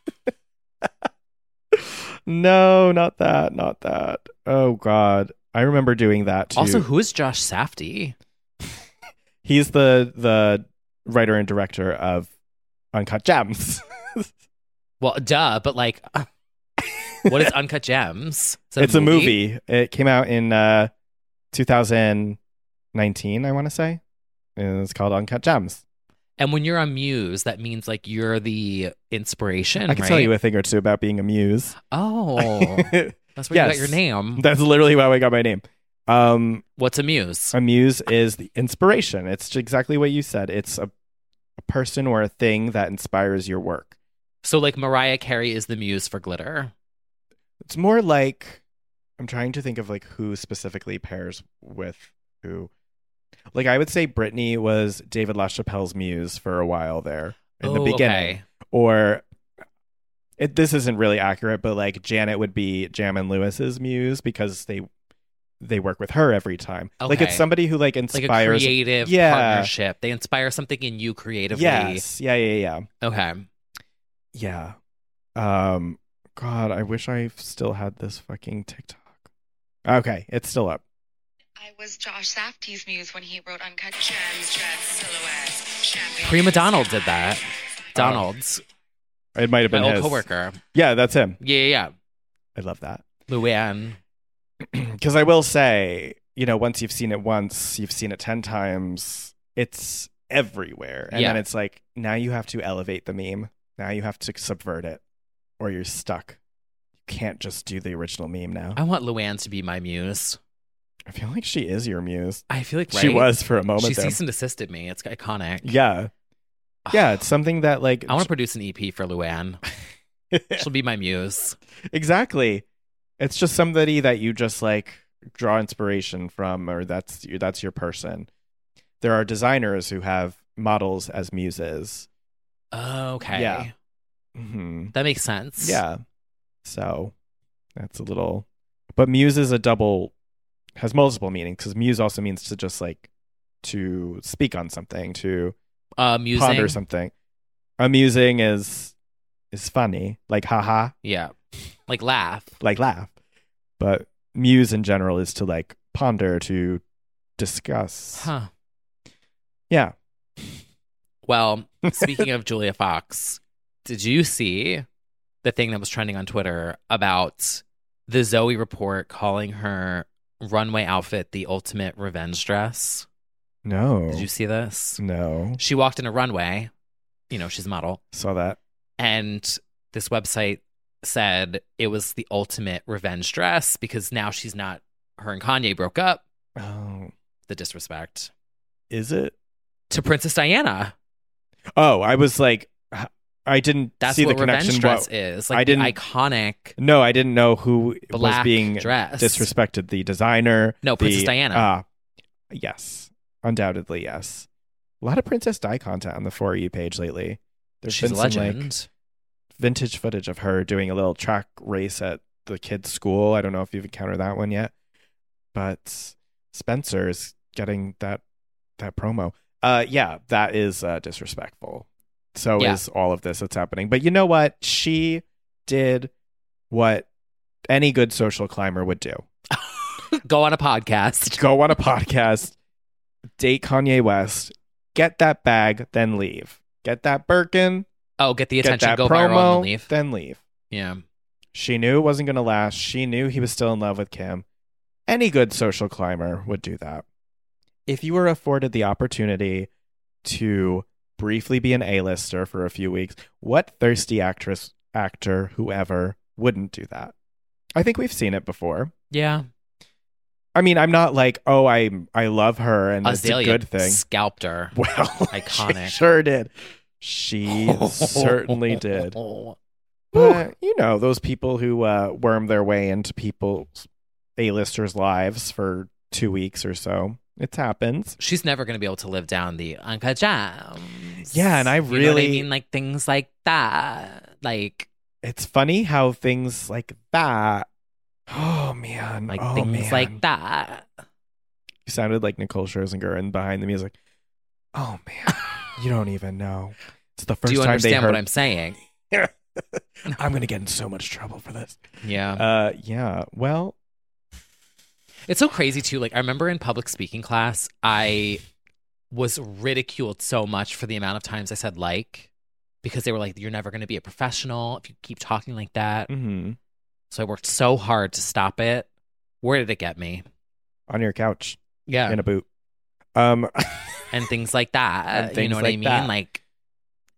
Speaker 2: "Oh."
Speaker 3: no, not that, not that. Oh god. I remember doing that too.
Speaker 2: also, who is Josh Safdie?
Speaker 3: he's the the writer and director of Uncut Gems.
Speaker 2: Well, duh, but like, what is Uncut Gems? Is that
Speaker 3: it's a movie. It came out in uh, 2019, I want to say. And it's called Uncut Gems.
Speaker 2: And when you're a muse, that means like you're the inspiration.
Speaker 3: I can tell you
Speaker 2: right?
Speaker 3: a thing or two about being a muse.
Speaker 2: Oh, that's where you got
Speaker 3: Yes.
Speaker 2: your name.
Speaker 3: That's literally how I got my name. Um,
Speaker 2: What's a muse?
Speaker 3: a muse is the inspiration. It's exactly what you said. It's a, a person or a thing that inspires your work.
Speaker 2: So, like, Mariah Carey is the muse for glitter.
Speaker 3: It's more like I'm trying to think of like who specifically pairs with who. Like I would say Britney was David LaChapelle's muse for a while there in the
Speaker 2: Oh,
Speaker 3: beginning.
Speaker 2: okay.
Speaker 3: Or it, this isn't really accurate, but like Janet would be Jamon Lewis's muse because they they work with her every time. Like
Speaker 2: Okay.
Speaker 3: it's somebody who like
Speaker 2: Like
Speaker 3: inspires
Speaker 2: a creative
Speaker 3: Yeah.
Speaker 2: partnership. They inspire something in you creatively.
Speaker 3: Yes. Yeah, yeah, yeah.
Speaker 2: Okay.
Speaker 3: Yeah. Um God, I wish I still had this fucking TikTok. Okay, it's still up.
Speaker 6: I was Josh Safdie's muse when he wrote Uncut Gems, Dread Silhouettes, Champagne.
Speaker 2: Prima Donald did that. Donald's,
Speaker 3: Oh. It might have
Speaker 2: my
Speaker 3: been
Speaker 2: old
Speaker 3: his.
Speaker 2: coworker.
Speaker 3: Yeah, that's him.
Speaker 2: Yeah, yeah,
Speaker 3: I love that.
Speaker 2: yeah. Luann.
Speaker 3: Because I will say, you know, once you've seen it once, you've seen it 10 times, it's everywhere. And
Speaker 2: Yeah.
Speaker 3: then it's like, now you have to elevate the meme. Now you have to subvert it, or you're stuck. You can't just do the original meme now.
Speaker 2: I want Luann to be my muse.
Speaker 3: I feel like she is your muse.
Speaker 2: I feel like
Speaker 3: She
Speaker 2: right?
Speaker 3: was Oh for a
Speaker 2: She
Speaker 3: moment there.
Speaker 2: cease and desisted me. It's iconic.
Speaker 3: Yeah. Yeah, it's something that, like,
Speaker 2: I want to produce an EP for Luann. She'll be my muse.
Speaker 3: exactly. It's just somebody that you just like draw inspiration from, or that's that's your person. There are designers who have models as muses.
Speaker 2: Okay.
Speaker 3: Yeah. hmm
Speaker 2: That makes sense.
Speaker 3: Yeah, so that's a little. But muse is a double, has multiple meanings because muse also means to just like to speak on something, to
Speaker 2: Uh, musing.
Speaker 3: ponder something. Amusing is is funny, like haha,
Speaker 2: Yeah. Like laugh.
Speaker 3: like laugh. But muse in general is to like ponder, to discuss.
Speaker 2: Huh.
Speaker 3: Yeah.
Speaker 2: Well, speaking of Julia Fox, did you see the thing that was trending on Twitter about the Zoe report calling her runway outfit the ultimate revenge dress?
Speaker 3: No. Mm-hmm.
Speaker 2: Did you see this?
Speaker 3: no.
Speaker 2: She walked in a runway. You know, she's a model.
Speaker 3: Saw that.
Speaker 2: And this website said it was the ultimate revenge dress because now she's not, her and Kanye broke up.
Speaker 3: Oh,
Speaker 2: The disrespect
Speaker 3: is it?
Speaker 2: to Princess Diana.
Speaker 3: Oh, I was like, h- I didn't
Speaker 2: That's
Speaker 3: see
Speaker 2: what
Speaker 3: the
Speaker 2: revenge
Speaker 3: connection.
Speaker 2: dress
Speaker 3: What-
Speaker 2: is.
Speaker 3: I
Speaker 2: Like the
Speaker 3: didn't-
Speaker 2: iconic.
Speaker 3: No, I didn't know who was
Speaker 2: Black
Speaker 3: being
Speaker 2: dress.
Speaker 3: disrespected. The designer.
Speaker 2: No,
Speaker 3: the-
Speaker 2: Princess Diana.
Speaker 3: Ah, yes, undoubtedly yes. A lot of Princess Di content on the for you page lately. There's
Speaker 2: She's a
Speaker 3: been some like
Speaker 2: legend.
Speaker 3: vintage footage of her doing a little track race at the kids' school. I don't know if you've encountered that one yet, but Spencer is getting that that promo. Uh, yeah, that is uh, disrespectful. So
Speaker 2: Yeah.
Speaker 3: is all of this that's happening. But you know what? She did what any good social climber would do:
Speaker 2: Go on a podcast.
Speaker 3: go on a podcast, date Kanye West, get that bag, then leave. Get that Birkin,
Speaker 2: Oh, get the
Speaker 3: get
Speaker 2: attention.
Speaker 3: that
Speaker 2: Go viral and
Speaker 3: promo,
Speaker 2: then leave.
Speaker 3: then leave.
Speaker 2: yeah.
Speaker 3: She knew it wasn't going to last. She knew he was still in love with Kim. Any good social climber would do that. If you were afforded the opportunity to briefly be an A-lister for a few weeks, what thirsty actress, actor, whoever wouldn't do that? I think we've seen it before.
Speaker 2: Yeah.
Speaker 3: I mean, I'm not like, oh, I I love her and it's a
Speaker 2: Azalea
Speaker 3: good thing.
Speaker 2: scalped her.
Speaker 3: Well,
Speaker 2: Iconic.
Speaker 3: she sure did. She certainly did. But, you know, those people who uh, worm their way into people's A-listers' lives for two weeks or so. It happens.
Speaker 2: She's never going to be able to live down the Uncut Gems.
Speaker 3: Yeah, and I
Speaker 2: You know what
Speaker 3: really-
Speaker 2: mean? Like things like that. Like,
Speaker 3: It's funny how things like that. Oh, man.
Speaker 2: like
Speaker 3: oh,
Speaker 2: things
Speaker 3: man.
Speaker 2: like that.
Speaker 3: You sounded like Nicole Scherzinger and behind the music. Oh, man. you don't even know. It's the first
Speaker 2: Do you
Speaker 3: time they
Speaker 2: understand
Speaker 3: heard.
Speaker 2: what I'm saying?
Speaker 3: I'm going to get in so much trouble for this.
Speaker 2: Yeah.
Speaker 3: Uh, yeah. Well,
Speaker 2: It's so crazy too. Like I remember in public speaking class, I was ridiculed so much for the amount of times I said like because they were like, "You're never going to be a professional if you keep talking like that."
Speaker 3: mhm.
Speaker 2: So I worked so hard to stop it. Where did it get me?
Speaker 3: on your couch
Speaker 2: Yeah,
Speaker 3: in a boot. Um,
Speaker 2: and things like that.
Speaker 3: And
Speaker 2: you
Speaker 3: things
Speaker 2: know what I
Speaker 3: like
Speaker 2: mean?
Speaker 3: that.
Speaker 2: Like,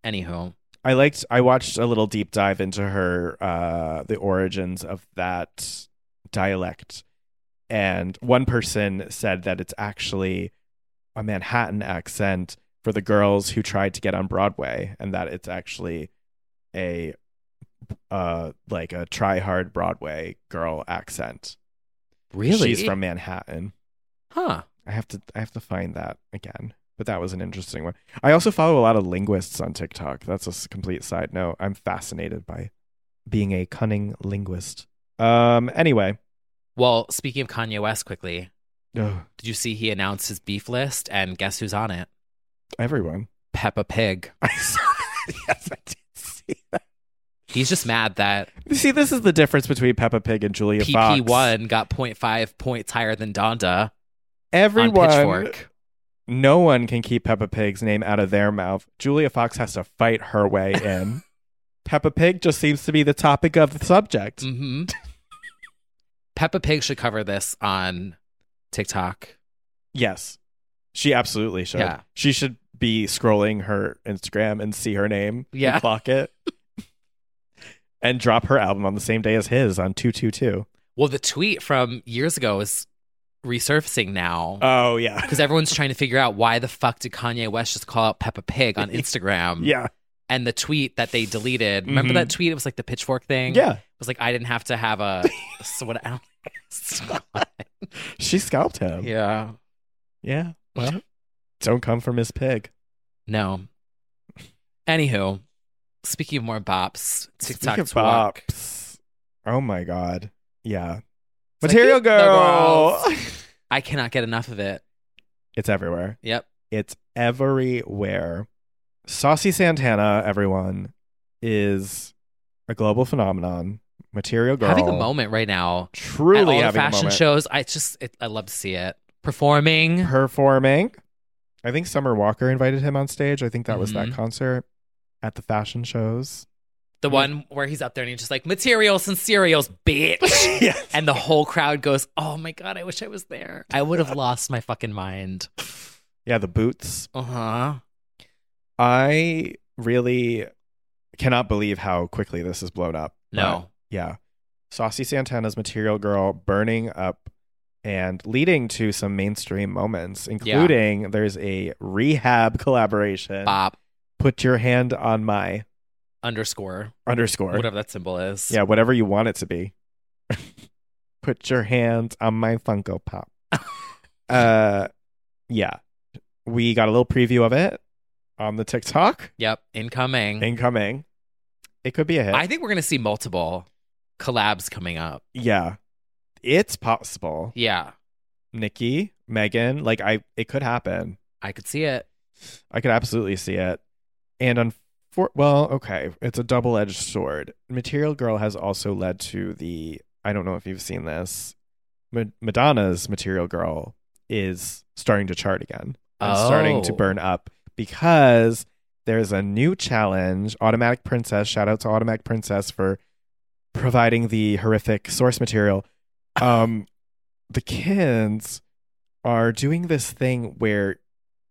Speaker 2: anywho,
Speaker 3: I liked I watched a little deep dive into her uh the origins of that dialect And one person said that it's actually a Manhattan accent for the girls who tried to get on Broadway, and that it's actually a uh like a try hard Broadway girl accent.
Speaker 2: Really?
Speaker 3: She's from Manhattan.
Speaker 2: Huh.
Speaker 3: I have to I have to find that again. But that was an interesting one. I also follow a lot of linguists on TikTok. That's a s- complete side note. I'm fascinated by being a cunning linguist. Um anyway.
Speaker 2: Well, speaking of Kanye West quickly,
Speaker 3: Ugh,
Speaker 2: did you see he announced his beef list and guess who's on it?
Speaker 3: everyone.
Speaker 2: Peppa Pig.
Speaker 3: I saw that. Yes, I did see that.
Speaker 2: He's just mad that
Speaker 3: See, this is the difference between Peppa Pig and Julia Fox.
Speaker 2: PP1 got 0.5 points higher than Donda on
Speaker 3: Everyone
Speaker 2: Pitchfork.
Speaker 3: no one can keep Peppa Pig's name out of their mouth. Julia Fox has to fight her way in. Peppa Pig just seems to be the topic of the subject.
Speaker 2: hmm Peppa Pig should cover this on TikTok.
Speaker 3: Yes. She absolutely should.
Speaker 2: Yeah.
Speaker 3: She should be scrolling her Instagram and see her name. and
Speaker 2: Yeah.
Speaker 3: clock it. and drop her album on the same day as his on 222.
Speaker 2: Well, the tweet from years ago is resurfacing now
Speaker 3: Oh, yeah.
Speaker 2: because everyone's trying to figure out why the fuck did Kanye West just call out Peppa Pig on Instagram?
Speaker 3: Yeah.
Speaker 2: And the tweet that they deleted. Remember
Speaker 3: Mhm.
Speaker 2: that tweet? It was like the pitchfork thing.
Speaker 3: Yeah.
Speaker 2: It was like I didn't have to have a. so what? I don't-
Speaker 3: She scalped him.
Speaker 2: yeah.
Speaker 3: Yeah. Well, don't come for Miss Pig.
Speaker 2: No. Anywho, speaking of more bops, TikTok
Speaker 3: Speaking of
Speaker 2: talk.
Speaker 3: bops. Oh, my God. Yeah.
Speaker 2: like,
Speaker 3: Material
Speaker 2: "Eat the
Speaker 3: Girl.
Speaker 2: I cannot get enough of it.
Speaker 3: it's everywhere.
Speaker 2: Yep.
Speaker 3: It's everywhere. Saucy Santana, everyone, is a global phenomenon. Material girl.
Speaker 2: Having a moment right now. at
Speaker 3: Truly
Speaker 2: all the
Speaker 3: having a
Speaker 2: fashion
Speaker 3: moment.
Speaker 2: shows. I just it, I love to see it performing.
Speaker 3: Performing. I think Summer Walker invited him on stage. I think that was that
Speaker 2: Mhm.
Speaker 3: concert at the fashion shows.
Speaker 2: The one where he's up there and he's just like materials and cereals, bitch,
Speaker 3: yes.
Speaker 2: and the whole crowd goes, "Oh my god, I wish I was there. I would have lost my fucking mind."
Speaker 3: Yeah, the boots.
Speaker 2: Uh huh.
Speaker 3: I really cannot believe how quickly this has blown up. But
Speaker 2: No.
Speaker 3: Yeah. Saucy Santana's Material Girl burning up and leading to some mainstream moments, including there's a rehab collaboration.
Speaker 2: Bop
Speaker 3: Put your hand on my
Speaker 2: underscore
Speaker 3: underscore.
Speaker 2: whatever that symbol is.
Speaker 3: Yeah, whatever you want it to be. Put your hand on my Funko Pop. uh, yeah. We got a little preview of it on the TikTok.
Speaker 2: Yep. Incoming.
Speaker 3: Incoming. It could be a hit.
Speaker 2: Mm-hmm. I think we're gonna see multiple collabs coming up.
Speaker 3: yeah. It's possible.
Speaker 2: Yeah,
Speaker 3: Nikki, Megan, like I it could happen.
Speaker 2: I could see it.
Speaker 3: I could absolutely see it. And on for well, okay, it's a double-edged sword. Material Girl has also led to the I don't know if you've seen this. Ma- Madonna's Material Girl is starting to chart again. And starting to
Speaker 2: Oh.
Speaker 3: burn up because there's a new challenge, Automatic Princess. Shout out to Automatic Princess for providing the horrific source material. Um the kids are doing this thing where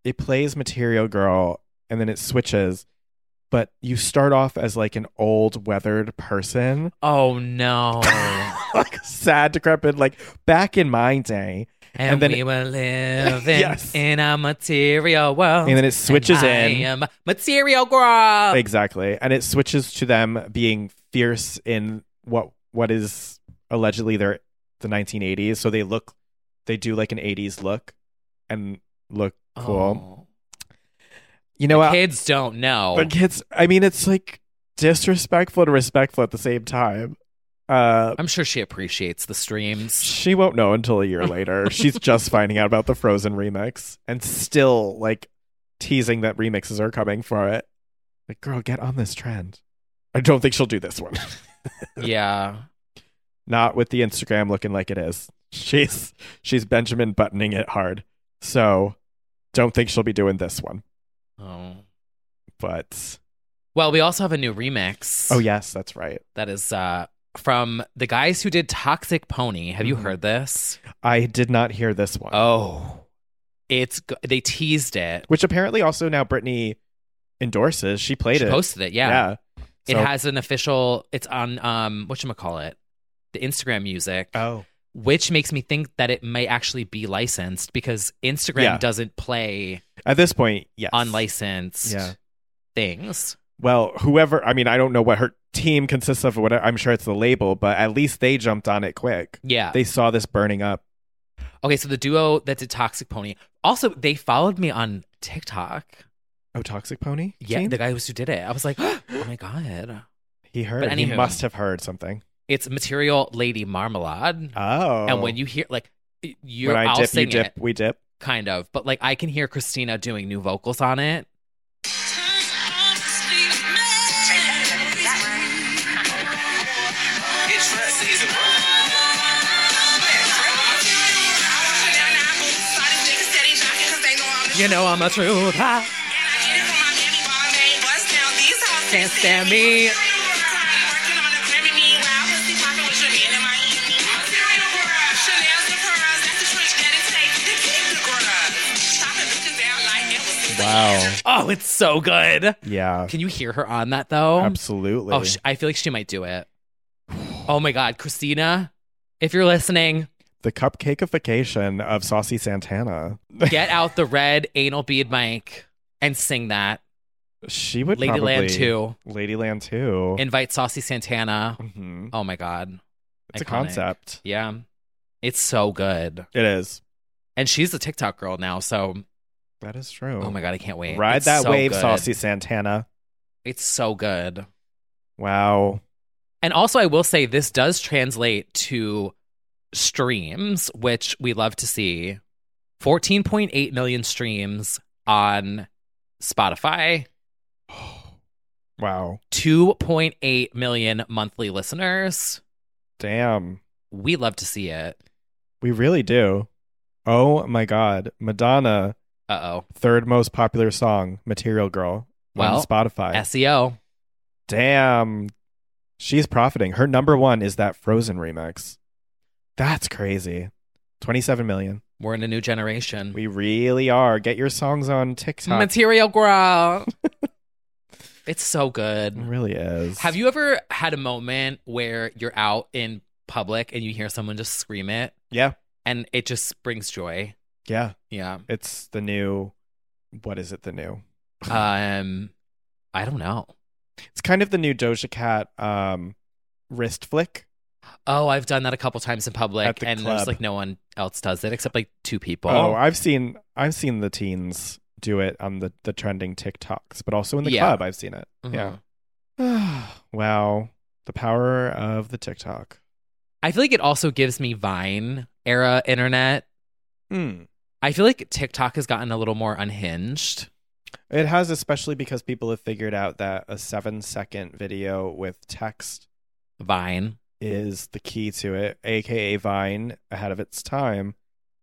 Speaker 3: it plays Material Girl and then it switches, but you start off as like an old, weathered person,
Speaker 2: Oh no!
Speaker 3: like sad, decrepit, like back in my day.
Speaker 2: And,
Speaker 3: And then
Speaker 2: we
Speaker 3: it-
Speaker 2: were living
Speaker 3: Yes.
Speaker 2: in a material world.
Speaker 3: And then it switches
Speaker 2: I
Speaker 3: in.
Speaker 2: am a material girl.
Speaker 3: Exactly. And it switches to them being fierce in what what is allegedly their the 1980s. So they look, they do like an 80s look and look cool.
Speaker 2: Oh.
Speaker 3: You know what?
Speaker 2: Kids don't know.
Speaker 3: But kids, I mean, it's like disrespectful and respectful at the same time. Uh,
Speaker 2: I'm sure she appreciates the streams.
Speaker 3: she won't know until a year later. She's just finding out about the Frozen remix and still like teasing that remixes are coming for it. Like, girl, get on this trend. I don't think she'll do this one.
Speaker 2: yeah.
Speaker 3: Not with the Instagram looking like it is. She's she's Benjamin buttoning it hard. So don't think she'll be doing this one.
Speaker 2: Oh.
Speaker 3: But
Speaker 2: Well, we also have a new remix.
Speaker 3: oh yes, that's right.
Speaker 2: That is uh, from the guys who did Toxic Pony. Have you
Speaker 3: Mhm.
Speaker 2: heard this?
Speaker 3: I did not hear this one.
Speaker 2: Oh. It's go- they teased it.
Speaker 3: which apparently also now Britney endorses. She played
Speaker 2: she
Speaker 3: it.
Speaker 2: posted it. Yeah.
Speaker 3: So-
Speaker 2: It has an official. It's on um what call it, the Instagram music,
Speaker 3: Oh,
Speaker 2: which makes me think that it may actually be licensed because Instagram
Speaker 3: Yeah.
Speaker 2: doesn't play
Speaker 3: At this point, yes.
Speaker 2: unlicensed
Speaker 3: Yeah.
Speaker 2: things.
Speaker 3: Well, whoever, I mean, I don't know what her team consists of, or whatever. I'm sure it's the label, but at least they jumped on it quick.
Speaker 2: Yeah.
Speaker 3: They saw this burning up.
Speaker 2: okay, so the duo that did Toxic Pony. Also, they followed me on TikTok.
Speaker 3: Oh, Toxic Pony?
Speaker 2: Yeah,
Speaker 3: Gene?
Speaker 2: the guy who was- who did it. I was like, oh my god,
Speaker 3: he heard.
Speaker 2: But
Speaker 3: he
Speaker 2: anywho.
Speaker 3: must have heard something.
Speaker 2: it's Material Lady Marmalade.
Speaker 3: Oh.
Speaker 2: And when you hear like y- you're,
Speaker 3: when I
Speaker 2: I'll
Speaker 3: dip,
Speaker 2: sing
Speaker 3: you dip,
Speaker 2: it
Speaker 3: we dip.
Speaker 2: kind of, but like I can hear Christina doing new vocals on it. You know I'm a true hot. Can't stand me.
Speaker 3: Wow.
Speaker 2: Oh, it's so good.
Speaker 3: Yeah.
Speaker 2: Can you hear her on that though?
Speaker 3: Absolutely.
Speaker 2: Oh, sh- I feel like she might do it. Oh my God, Christina, if you're listening,
Speaker 3: the cupcakeification of Saucy Santana.
Speaker 2: get out the red anal bead mic and sing that.
Speaker 3: She would
Speaker 2: Ladyland
Speaker 3: probably-
Speaker 2: too.
Speaker 3: Oh. Ladyland 2.
Speaker 2: Invite Saucy Santana.
Speaker 3: Mhm.
Speaker 2: Oh my God,
Speaker 3: It's a
Speaker 2: Iconic.
Speaker 3: concept.
Speaker 2: Yeah, it's so good.
Speaker 3: It is.
Speaker 2: And she's a TikTok girl now, so
Speaker 3: That is true.
Speaker 2: oh my God, I can't wait.
Speaker 3: Ride
Speaker 2: It's
Speaker 3: that
Speaker 2: so
Speaker 3: wave,
Speaker 2: good.
Speaker 3: Saucy Santana.
Speaker 2: It's so good.
Speaker 3: Wow.
Speaker 2: And also, I will say this does translate to streams, which we love to see 14.8 million streams on Spotify,
Speaker 3: Wow.
Speaker 2: 2.8 million monthly listeners.
Speaker 3: Damn.
Speaker 2: We love to see it.
Speaker 3: We really do. Oh my God. Madonna,
Speaker 2: Uh oh.
Speaker 3: third most popular song, Material Girl,
Speaker 2: Well,
Speaker 3: on Spotify.
Speaker 2: SEO.
Speaker 3: Damn. She's profiting. Her number one is that Frozen remix. That's crazy. 27 million.
Speaker 2: We're in a new generation.
Speaker 3: We really are. Get your songs on TikTok.
Speaker 2: Material girl. it's so good.
Speaker 3: It really is.
Speaker 2: Have you ever had a moment where you're out in public and you hear someone just scream it
Speaker 3: Yeah.
Speaker 2: and it just brings joy?
Speaker 3: Yeah.
Speaker 2: Yeah.
Speaker 3: It's the new. What is it? The new.
Speaker 2: Um, I don't know.
Speaker 3: It's kind of the new Doja Cat um, wrist flick.
Speaker 2: Oh, I've done that a couple times in
Speaker 3: At
Speaker 2: public,
Speaker 3: the
Speaker 2: and
Speaker 3: club.
Speaker 2: there's like no one else does it except like two people.
Speaker 3: oh, I've seen I've seen the teens do it on the the trending TikToks, but also in the
Speaker 2: Yeah.
Speaker 3: club I've seen it.
Speaker 2: Mhm.
Speaker 3: Yeah. wow. The power of the TikTok.
Speaker 2: I feel like it also gives me Vine era internet.
Speaker 3: Hmm.
Speaker 2: I feel like TikTok has gotten a little more unhinged.
Speaker 3: It has, especially because people have figured out that a seven second video with text
Speaker 2: Vine.
Speaker 3: is the key to it, aka Vine ahead of its time.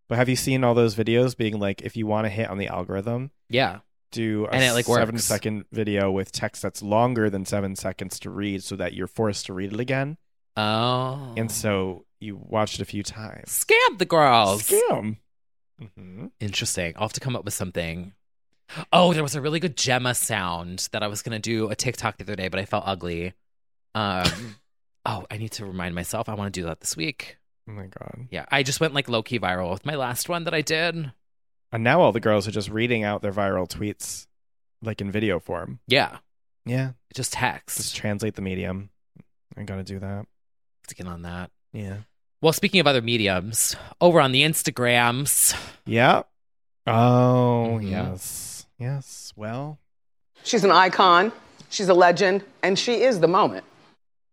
Speaker 3: But have you seen all those videos being like, if you want to hit on the algorithm,
Speaker 2: Yeah.
Speaker 3: do a
Speaker 2: And it, like, works.
Speaker 3: seven second video with text that's longer than seven seconds to read so that you're forced to read it again?
Speaker 2: Oh.
Speaker 3: And so you watch it a few times.
Speaker 2: scam the girls.
Speaker 3: Scam. hmm
Speaker 2: Interesting. I'll have to come up with something. Oh, there was a really good Gemma sound that I was gonna do a TikTok the other day, but I felt ugly. Um, oh, I need to remind myself. I want to do that this week.
Speaker 3: Oh my God.
Speaker 2: Yeah, I just went like low key viral with my last one that I did.
Speaker 3: And now all the girls are just reading out their viral tweets like in video form.
Speaker 2: Yeah,
Speaker 3: Yeah.
Speaker 2: just text.
Speaker 3: Just translate the medium. I gotta do that.
Speaker 2: to get on that.
Speaker 3: Yeah.
Speaker 2: Well, speaking of other mediums, over on the Instagrams,
Speaker 3: Yeah. Oh
Speaker 2: Mhm.
Speaker 3: yes. Yes. Well,
Speaker 4: She's an icon, she's a legend, and she is the moment.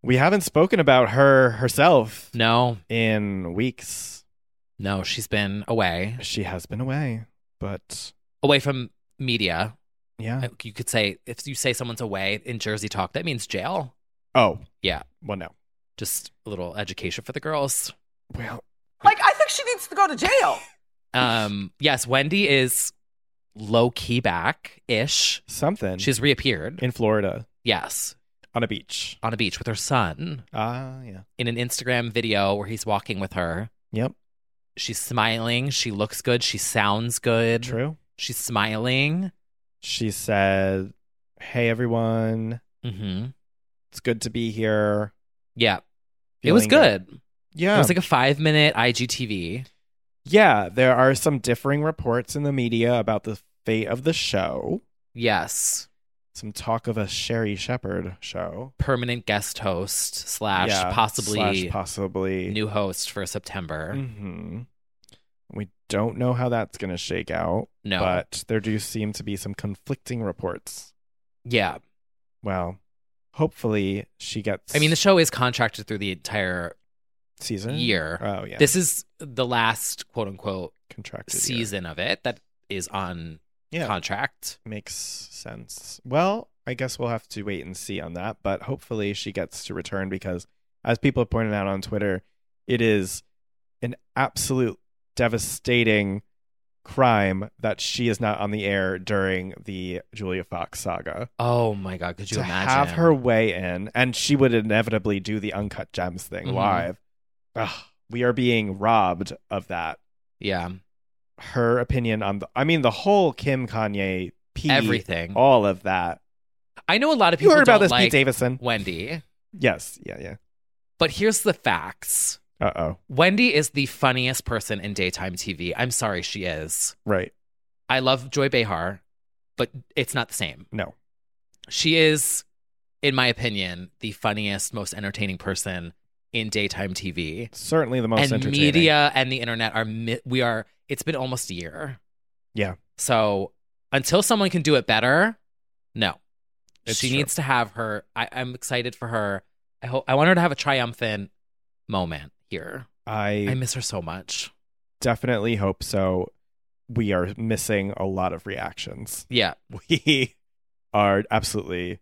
Speaker 3: we haven't spoken about her herself
Speaker 2: no,
Speaker 3: in weeks.
Speaker 2: no, she's been away,
Speaker 3: She has been away, but
Speaker 2: away from media.
Speaker 3: yeah.
Speaker 2: You could say if you say someone's away in Jersey talk, that means jail.
Speaker 3: Oh
Speaker 2: Yeah,
Speaker 3: well, no.
Speaker 2: just a little education for the girls.
Speaker 3: Well,
Speaker 4: Like, I think she needs to go to jail.
Speaker 2: Um, yes, Wendy is low key back ish.
Speaker 3: something.
Speaker 2: She's reappeared.
Speaker 3: in Florida
Speaker 2: Yes,
Speaker 3: on a beach.
Speaker 2: on a beach with her son
Speaker 3: Ah, yeah.
Speaker 2: in an Instagram video where he's walking with her.
Speaker 3: Yep.
Speaker 2: Mm-hmm. She's smiling. She looks good. She sounds good.
Speaker 3: True.
Speaker 2: She's smiling.
Speaker 3: She said, "Hey everyone,
Speaker 2: Mm-hmm.
Speaker 3: it's good to be here."
Speaker 2: Yeah. it was
Speaker 3: Feeling
Speaker 2: good.
Speaker 3: Yeah.
Speaker 2: It was like a five minute IGTV.
Speaker 3: yeah. There are some differing reports in the media about the fate of the show.
Speaker 2: Yes.
Speaker 3: Some talk of a Sherry Shepherd show.
Speaker 2: Permanent guest host slash
Speaker 3: Yeah,
Speaker 2: possibly
Speaker 3: slash possibly
Speaker 2: new host for September.
Speaker 3: Mhm. We don't know how that's going to shake out.
Speaker 2: No.
Speaker 3: But there do seem to be some conflicting reports.
Speaker 2: Yeah.
Speaker 3: Well, hopefully she gets.
Speaker 2: I mean, the show is contracted through the entire
Speaker 3: season
Speaker 2: year.
Speaker 3: Oh yeah,
Speaker 2: This is the last quote unquote
Speaker 3: contracted year.
Speaker 2: season of it that is on
Speaker 3: Yeah,
Speaker 2: contract.
Speaker 3: makes sense. Well, I guess we'll have to wait and see on that. But hopefully she gets to return because, as people have pointed out on Twitter, it is an absolute devastating crime that she is not on the air during the Julia Fox saga.
Speaker 2: Oh my God. Could you
Speaker 3: to
Speaker 2: imagine?
Speaker 3: have her way in, and she would inevitably do the uncut gems thing
Speaker 2: Mhm.
Speaker 3: live. Ugh, we are being robbed of that.
Speaker 2: Yeah.
Speaker 3: Her opinion on the, I mean, the whole Kim Kanye P,
Speaker 2: Everything.
Speaker 3: all of that.
Speaker 2: I know a lot of
Speaker 3: You
Speaker 2: people
Speaker 3: heard about
Speaker 2: don't
Speaker 3: this,
Speaker 2: like
Speaker 3: Pete Davidson?
Speaker 2: Wendy,
Speaker 3: Yes, yeah, yeah.
Speaker 2: but here's the facts.
Speaker 3: Uh oh,
Speaker 2: Wendy is the funniest person in daytime TV. I'm sorry, she is.
Speaker 3: right.
Speaker 2: I love Joy Behar, but it's not the same.
Speaker 3: No,
Speaker 2: She is, in my opinion, the funniest, most entertaining person in daytime TV.
Speaker 3: certainly the most
Speaker 2: and
Speaker 3: entertaining.
Speaker 2: media and the internet are mi- we are. It's been almost a year.
Speaker 3: Yeah.
Speaker 2: So until someone can do it better, no.
Speaker 3: It's
Speaker 2: she
Speaker 3: true.
Speaker 2: needs to have her. I, I'm excited for her. I hope I want her to have a triumphant moment here.
Speaker 3: I,
Speaker 2: I miss her so much.
Speaker 3: definitely hope so. We are missing a lot of reactions.
Speaker 2: Yeah.
Speaker 3: We are absolutely,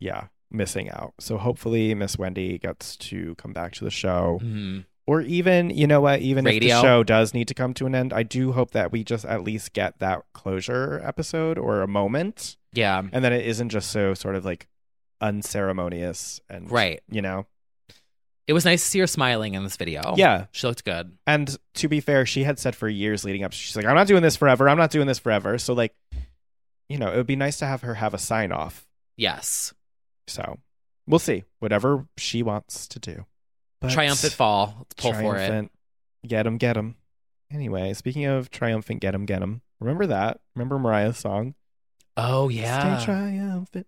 Speaker 3: yeah, missing out. So hopefully, Miss Wendy gets to come back to the show.
Speaker 2: Mhm.
Speaker 3: or even you know what even if
Speaker 2: Radio.
Speaker 3: the show does need to come to an end i do hope that we just at least get that closure episode or a moment
Speaker 2: Yeah.
Speaker 3: and that it isn't just so sort of like unceremonious and
Speaker 2: Right.
Speaker 3: you know
Speaker 2: It was nice to see her smiling in this video.
Speaker 3: Yeah.
Speaker 2: She looked good.
Speaker 3: and to be fair she had said for years leading up she's like i'm not doing this forever i'm not doing this forever so like you know it would be nice to have her have a sign off
Speaker 2: Yes.
Speaker 3: so we'll see whatever she wants to do But-
Speaker 2: triumphant fall. Let's pull for it.
Speaker 3: triumphant. Get 'em, get 'em. Anyway, speaking of triumphant, get 'em, get 'em. Remember that? Remember Mariah's song?
Speaker 2: Oh yeah.
Speaker 3: Stay triumphant.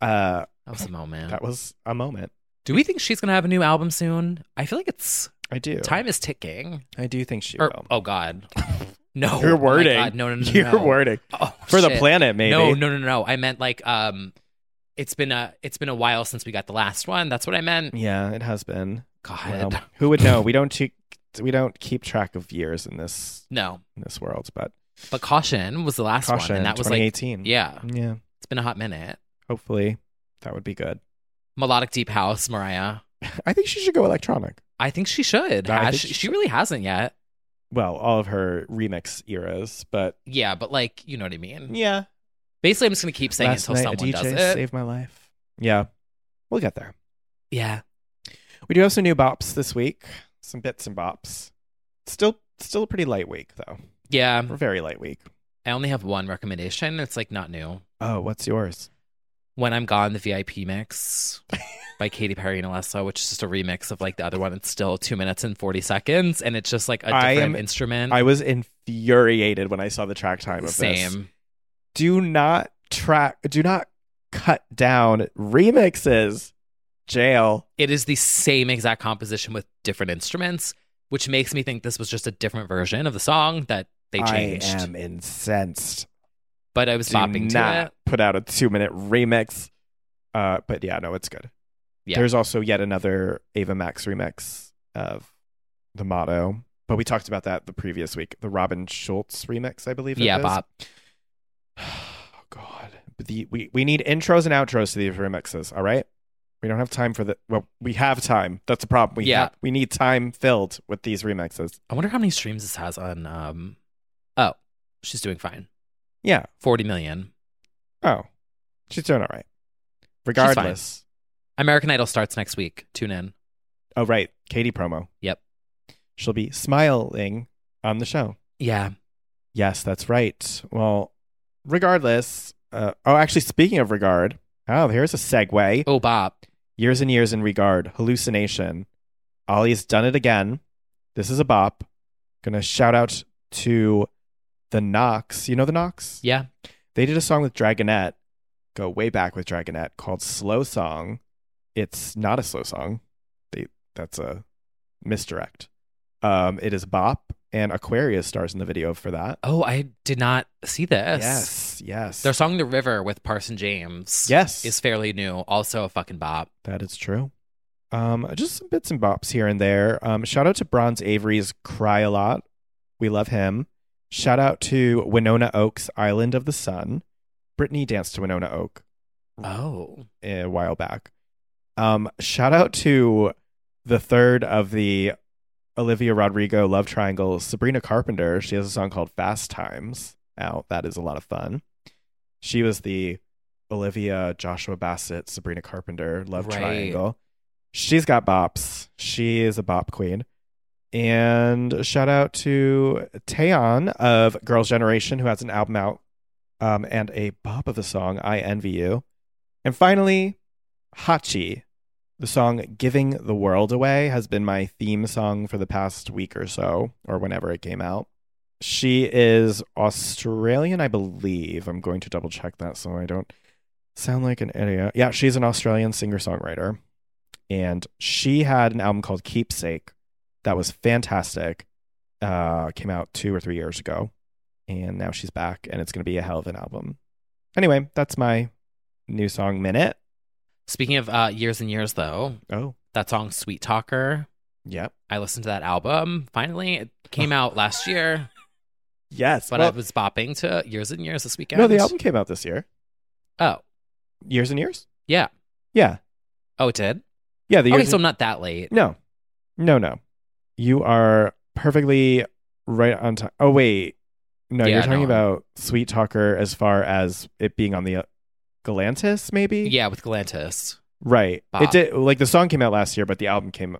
Speaker 3: Uh,
Speaker 2: that was a moment.
Speaker 3: that was a moment.
Speaker 2: Do we think she's gonna have a new album soon? I feel like it's
Speaker 3: I do.
Speaker 2: time is ticking.
Speaker 3: I do think she
Speaker 2: Or-
Speaker 3: will.
Speaker 2: oh God. No.
Speaker 3: Your
Speaker 2: Oh, my
Speaker 3: wording.
Speaker 2: God. No, no, no, no.
Speaker 3: Your
Speaker 2: no.
Speaker 3: wording
Speaker 2: Oh,
Speaker 3: for the
Speaker 2: shit.
Speaker 3: planet, maybe.
Speaker 2: No, no, no, no. I meant like um, it's been a it's been a while since we got the last one. That's what I meant.
Speaker 3: Yeah, it has been.
Speaker 2: God.
Speaker 3: Well, who would know? We don't. Check, we don't keep track of years in this
Speaker 2: No.
Speaker 3: in this world, but
Speaker 2: But caution was the last
Speaker 3: caution.
Speaker 2: one, and that was like
Speaker 3: 2018.
Speaker 2: yeah,
Speaker 3: yeah.
Speaker 2: it's been a hot minute.
Speaker 3: Hopefully, that would be good.
Speaker 2: Melodic deep house, Mariah.
Speaker 3: I think she should go electronic.
Speaker 2: I think she should.
Speaker 3: No, I
Speaker 2: Has
Speaker 3: think
Speaker 2: she,
Speaker 3: she
Speaker 2: she
Speaker 3: should.
Speaker 2: really hasn't yet.
Speaker 3: Well, all of her remix eras, but
Speaker 2: Yeah, but like, you know what I mean.
Speaker 3: yeah,
Speaker 2: Basically, I'm just gonna keep saying it until
Speaker 3: a
Speaker 2: someone does
Speaker 3: DJ
Speaker 2: it.
Speaker 3: saved my life. Yeah, we'll get there.
Speaker 2: yeah,
Speaker 3: We do have some new bops this week, some bits and bops. Still, still a pretty light week though.
Speaker 2: yeah.
Speaker 3: We're very light week.
Speaker 2: I only have one recommendation. It's like not new.
Speaker 3: Oh, what's yours?
Speaker 2: When I'm gone, the VIP mix by Katy Perry and Alessa, which is just a remix of like the other one. It's still two minutes and forty seconds, and it's just like a different
Speaker 3: I am-
Speaker 2: instrument.
Speaker 3: I was infuriated when I saw the track time of this.
Speaker 2: Same.
Speaker 3: Do not track. Do not cut down remixes. Jail.
Speaker 2: It is the same exact composition with different instruments, which makes me think this was just a different version of the song that they changed.
Speaker 3: I am incensed.
Speaker 2: But I was
Speaker 3: do
Speaker 2: bopping to
Speaker 3: not
Speaker 2: it.
Speaker 3: put out a two minute remix. Uh, but yeah, no, it's good.
Speaker 2: Yeah.
Speaker 3: There's also yet another Ava Max remix of the motto, but we talked about that the previous week. The Robin Schultz remix, I believe. it
Speaker 2: Yeah,
Speaker 3: is.
Speaker 2: bop.
Speaker 3: Oh God, but the, we we need intros and outros to these remixes. All right, we don't have time for the. Well, we have time. That's the problem. We
Speaker 2: Yeah.
Speaker 3: have- we need time filled with these remixes.
Speaker 2: I wonder how many streams this has on um Oh, she's doing fine.
Speaker 3: Yeah.
Speaker 2: 40 million.
Speaker 3: Oh, she's doing all right.
Speaker 2: fine.
Speaker 3: Regardless.
Speaker 2: American Idol starts next week. Tune in.
Speaker 3: Oh right, Katie promo.
Speaker 2: Yep.
Speaker 3: She'll be smiling on the show.
Speaker 2: Yeah.
Speaker 3: Yes, that's right. Well, regardless, uh, oh, actually, speaking of regard, oh, here's a segue.
Speaker 2: Oh, Bob.
Speaker 3: Years and years in regard, hallucination. Ollie's done it again. This is a bop. Gonna shout out to the Knox. You know the Knox?
Speaker 2: Yeah.
Speaker 3: They did a song with Dragonette, go way back with Dragonette, called Slow Song. It's not a slow song. They that's a misdirect. Um, it is bop, and Aquarius stars in the video for that.
Speaker 2: Oh, I did not see this.
Speaker 3: Yes, yes.
Speaker 2: Their song The River with Parson James
Speaker 3: Yes.
Speaker 2: is fairly new. Also a fucking bop.
Speaker 3: That is true. Um, just some bits and bops here and there. Um, shout out to Bronze Avery's Cry a Lot. We love him. Shout out to Winona Oak's Island of the Sun. Brittany danced to Winona Oak
Speaker 2: Oh.
Speaker 3: a while back. Um, shout out to the third of the Olivia Rodrigo love triangle, Sabrina Carpenter. She has a song called Fast Times out. That is a lot of fun. She was the Olivia, Joshua Bassett, Sabrina Carpenter love
Speaker 2: Right.
Speaker 3: triangle. She's got bops. She is a bop queen. And shout out to Taeyeon of Girls' Generation, who has an album out um, and a bop of the song, I Envy You. And finally, Hachi. The song Giving the World Away has been my theme song for the past week or so, or whenever it came out. She is Australian, I believe. I'm going to double check that so I don't sound like an idiot. Yeah, she's an Australian singer songwriter. And she had an album called Keepsake that was fantastic. Uh, came out two or three years ago. And now she's back, and it's going to be a hell of an album. Anyway, that's my new song minute.
Speaker 2: Speaking of uh, years and years though,
Speaker 3: Oh,
Speaker 2: that song Sweet Talker.
Speaker 3: yep.
Speaker 2: I listened to that album finally. It came out last year,
Speaker 3: Oh. Yes.
Speaker 2: but
Speaker 3: well-
Speaker 2: I was bopping to years and years this weekend.
Speaker 3: no, the album came out this year.
Speaker 2: Oh,
Speaker 3: Years and years?
Speaker 2: yeah.
Speaker 3: Yeah.
Speaker 2: Oh, it did?
Speaker 3: Yeah. The years
Speaker 2: okay, so
Speaker 3: and-
Speaker 2: I'm not that late.
Speaker 3: No. No, no. You are perfectly right on time. Oh, wait. No,
Speaker 2: Yeah,
Speaker 3: you're talking
Speaker 2: no, I'm-
Speaker 3: about Sweet Talker as far as it being on the uh, Galantis, maybe?
Speaker 2: Yeah, with Galantis.
Speaker 3: Right. It
Speaker 2: Bop.
Speaker 3: did. Like the song came out last year, but the album came,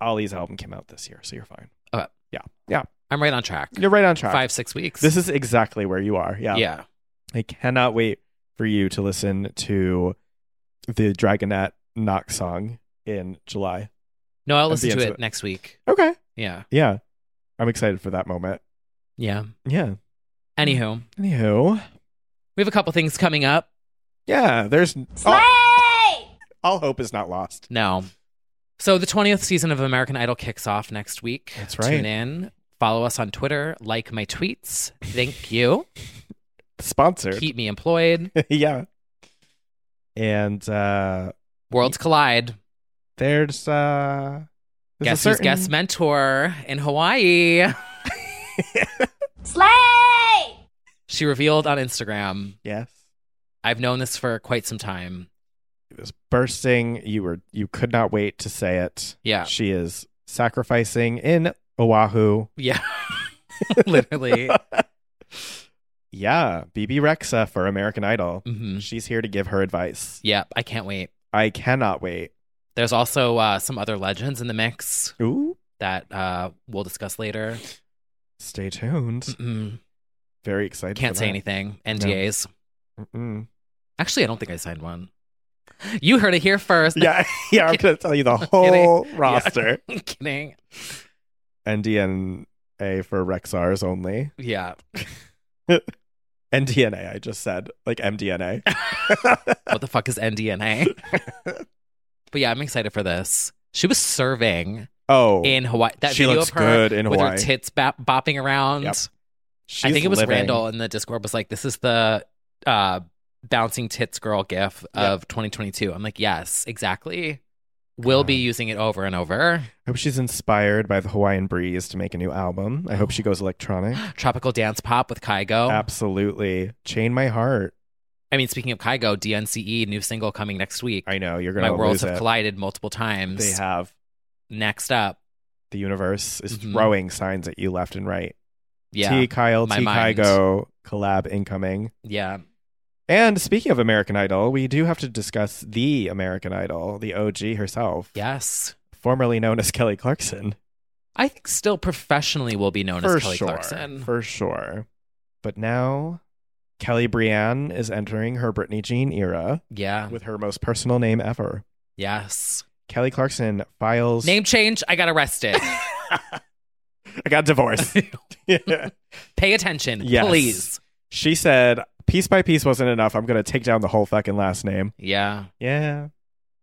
Speaker 3: Ollie's album came out this year. So you're fine.
Speaker 2: Okay.
Speaker 3: Yeah. Yeah.
Speaker 2: I'm right on track.
Speaker 3: You're right on track.
Speaker 2: Five, six weeks.
Speaker 3: This is exactly where you are. Yeah.
Speaker 2: yeah.
Speaker 3: I cannot wait for you to listen to the Dragonette knock song in July.
Speaker 2: No, I'll
Speaker 3: At
Speaker 2: listen
Speaker 3: the
Speaker 2: to
Speaker 3: end
Speaker 2: it
Speaker 3: of it.
Speaker 2: next week.
Speaker 3: Okay.
Speaker 2: Yeah.
Speaker 3: Yeah. I'm excited for that moment.
Speaker 2: Yeah.
Speaker 3: Yeah.
Speaker 2: Anywho,
Speaker 3: Anywho.
Speaker 2: we have a couple things coming up.
Speaker 3: Yeah, there's all, all hope is not lost.
Speaker 2: No. So the 20th season of American Idol kicks off next week.
Speaker 3: That's right.
Speaker 2: Tune in. Follow us on Twitter. Like my tweets. Thank you.
Speaker 3: Sponsored.
Speaker 2: Keep me employed.
Speaker 3: yeah. And uh
Speaker 2: Worlds collide.
Speaker 3: there's uh there's
Speaker 2: Guess
Speaker 3: a
Speaker 2: who's
Speaker 3: certain,
Speaker 2: guest mentor in Hawaii?
Speaker 7: Slay!
Speaker 2: She revealed on Instagram.
Speaker 3: Yes.
Speaker 2: I've known this for quite some time.
Speaker 3: It was bursting. You were you could not wait to say it.
Speaker 2: Yeah.
Speaker 3: She is sacrificing in Oahu.
Speaker 2: Yeah. Literally.
Speaker 3: Yeah, BB Rexa for American Idol.
Speaker 2: hmm
Speaker 3: She's here to give her advice.
Speaker 2: Yeah. I can't wait.
Speaker 3: I cannot wait.
Speaker 2: There's also uh, some other legends in the mix
Speaker 3: Ooh.
Speaker 2: that uh, we'll discuss later.
Speaker 3: Stay tuned.
Speaker 2: Mm-mm.
Speaker 3: Very excited.
Speaker 2: Mm. Can't
Speaker 3: for
Speaker 2: say
Speaker 3: that.
Speaker 2: anything. NDAs.
Speaker 3: Mm-mm.
Speaker 2: Actually, I don't think I signed one. You heard it here first.
Speaker 3: Yeah, yeah. I'm gonna tell you the
Speaker 2: Kidding.
Speaker 3: whole roster.
Speaker 2: Kidding.
Speaker 3: NDNA for Rexars only.
Speaker 2: Yeah.
Speaker 3: NDNA. I just said like MDNA.
Speaker 2: What the fuck is NDNA? but yeah, I'm excited for this. She was serving
Speaker 3: oh,
Speaker 2: in Hawaii. That
Speaker 3: She
Speaker 2: video
Speaker 3: looks
Speaker 2: of her
Speaker 3: good in
Speaker 2: with
Speaker 3: Hawaii.
Speaker 2: her tits bap- bopping around.
Speaker 3: Yep.
Speaker 2: I
Speaker 3: she's
Speaker 2: think it was
Speaker 3: living.
Speaker 2: Randall in the Discord was like, "This is the uh, bouncing tits girl gif of 2022." I'm like, "Yes, exactly." We'll be
Speaker 3: God.
Speaker 2: using it over and over.
Speaker 3: I hope she's inspired by the Hawaiian breeze to make a new album. I hope she goes electronic.
Speaker 2: Tropical dance pop with Kygo.
Speaker 3: Absolutely, chain my heart.
Speaker 2: I mean, speaking of Kygo, DNCE E, new single coming next week.
Speaker 3: I know you're gonna
Speaker 2: My worlds
Speaker 3: lose
Speaker 2: have
Speaker 3: it.
Speaker 2: collided multiple times.
Speaker 3: They have.
Speaker 2: Next up,
Speaker 3: The universe is
Speaker 2: Mhm.
Speaker 3: throwing signs at you left and right.
Speaker 2: yeah,
Speaker 3: T Kyle,
Speaker 2: my
Speaker 3: T
Speaker 2: mind.
Speaker 3: Kygo collab incoming.
Speaker 2: yeah,
Speaker 3: And speaking of American Idol, we do have to discuss the American Idol, the OG herself,
Speaker 2: yes.
Speaker 3: formerly known as Kelly Clarkson.
Speaker 2: I think still professionally will be known
Speaker 3: for
Speaker 2: as Kelly
Speaker 3: sure.
Speaker 2: Clarkson.
Speaker 3: For sure. But now Kelly Brienne is entering her Britney Jean era
Speaker 2: yeah,
Speaker 3: with her most personal name ever.
Speaker 2: yes.
Speaker 3: Kelly Clarkson files.
Speaker 2: Name change. I got arrested.
Speaker 3: I got divorced. Yeah.
Speaker 2: Pay attention,
Speaker 3: Yes.
Speaker 2: please.
Speaker 3: She said, piece by piece wasn't enough. I'm going to take down the whole fucking last name.
Speaker 2: Yeah,
Speaker 3: Yeah.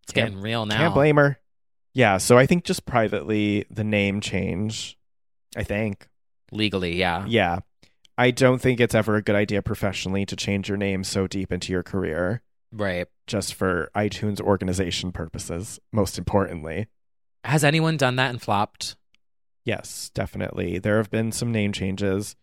Speaker 2: it's
Speaker 3: Can't-
Speaker 2: getting real now.
Speaker 3: Can't blame her. Yeah. So I think just privately, the name change, I think.
Speaker 2: Legally, yeah.
Speaker 3: Yeah. I don't think it's ever a good idea professionally to change your name so deep into your career
Speaker 2: Right.
Speaker 3: just for iTunes organization purposes, most importantly.
Speaker 2: Has anyone done that and flopped?
Speaker 3: Yes, definitely. There have been some name changes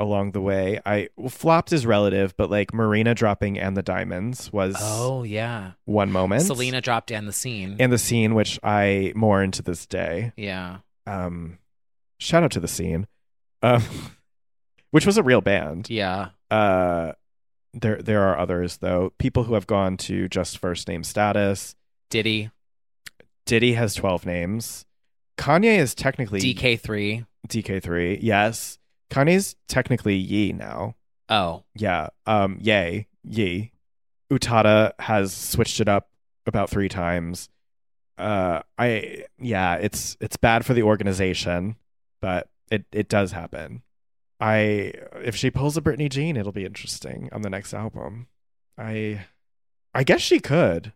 Speaker 3: along the way. I well, flopped is relative, but like Marina dropping and the Diamonds was
Speaker 2: Oh yeah.
Speaker 3: one moment.
Speaker 2: Selena dropped and the scene.
Speaker 3: and the scene which I mourn to this day.
Speaker 2: yeah.
Speaker 3: Um shout out to the scene. Um which was a real band.
Speaker 2: Yeah.
Speaker 3: Uh there there are others though. People who have gone to just first name status.
Speaker 2: Diddy.
Speaker 3: Diddy has 12 names. Kanye is technically
Speaker 2: DK three.
Speaker 3: DK3. Yes. Kanye's technically Yee now.
Speaker 2: Oh.
Speaker 3: Yeah. Um yay. Yee. Utada has switched it up about 3 times. Uh I yeah, it's it's bad for the organization, but it it does happen. I if she pulls a Britney Jean, it'll be interesting on the next album. I I guess she could.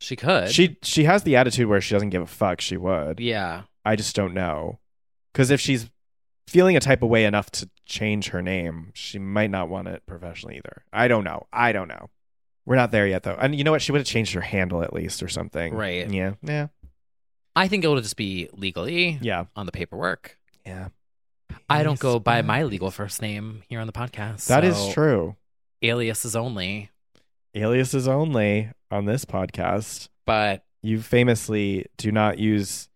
Speaker 2: She could.
Speaker 3: She she has the attitude where she doesn't give a fuck, she would.
Speaker 2: Yeah.
Speaker 3: I just don't know. Because if she's feeling a type of way enough to change her name, she might not want it professionally either. I don't know. I don't know. We're not there yet, though. And you know what? She would have changed her handle at least or something.
Speaker 2: Right.
Speaker 3: Yeah. Yeah.
Speaker 2: I think it'll just be legally
Speaker 3: Yeah.
Speaker 2: on the paperwork.
Speaker 3: Yeah.
Speaker 2: I don't go by
Speaker 3: That
Speaker 2: my legal first name here on the podcast.
Speaker 3: is
Speaker 2: so
Speaker 3: true.
Speaker 2: Aliases only.
Speaker 3: Aliases only on this podcast.
Speaker 2: But
Speaker 3: You famously do not use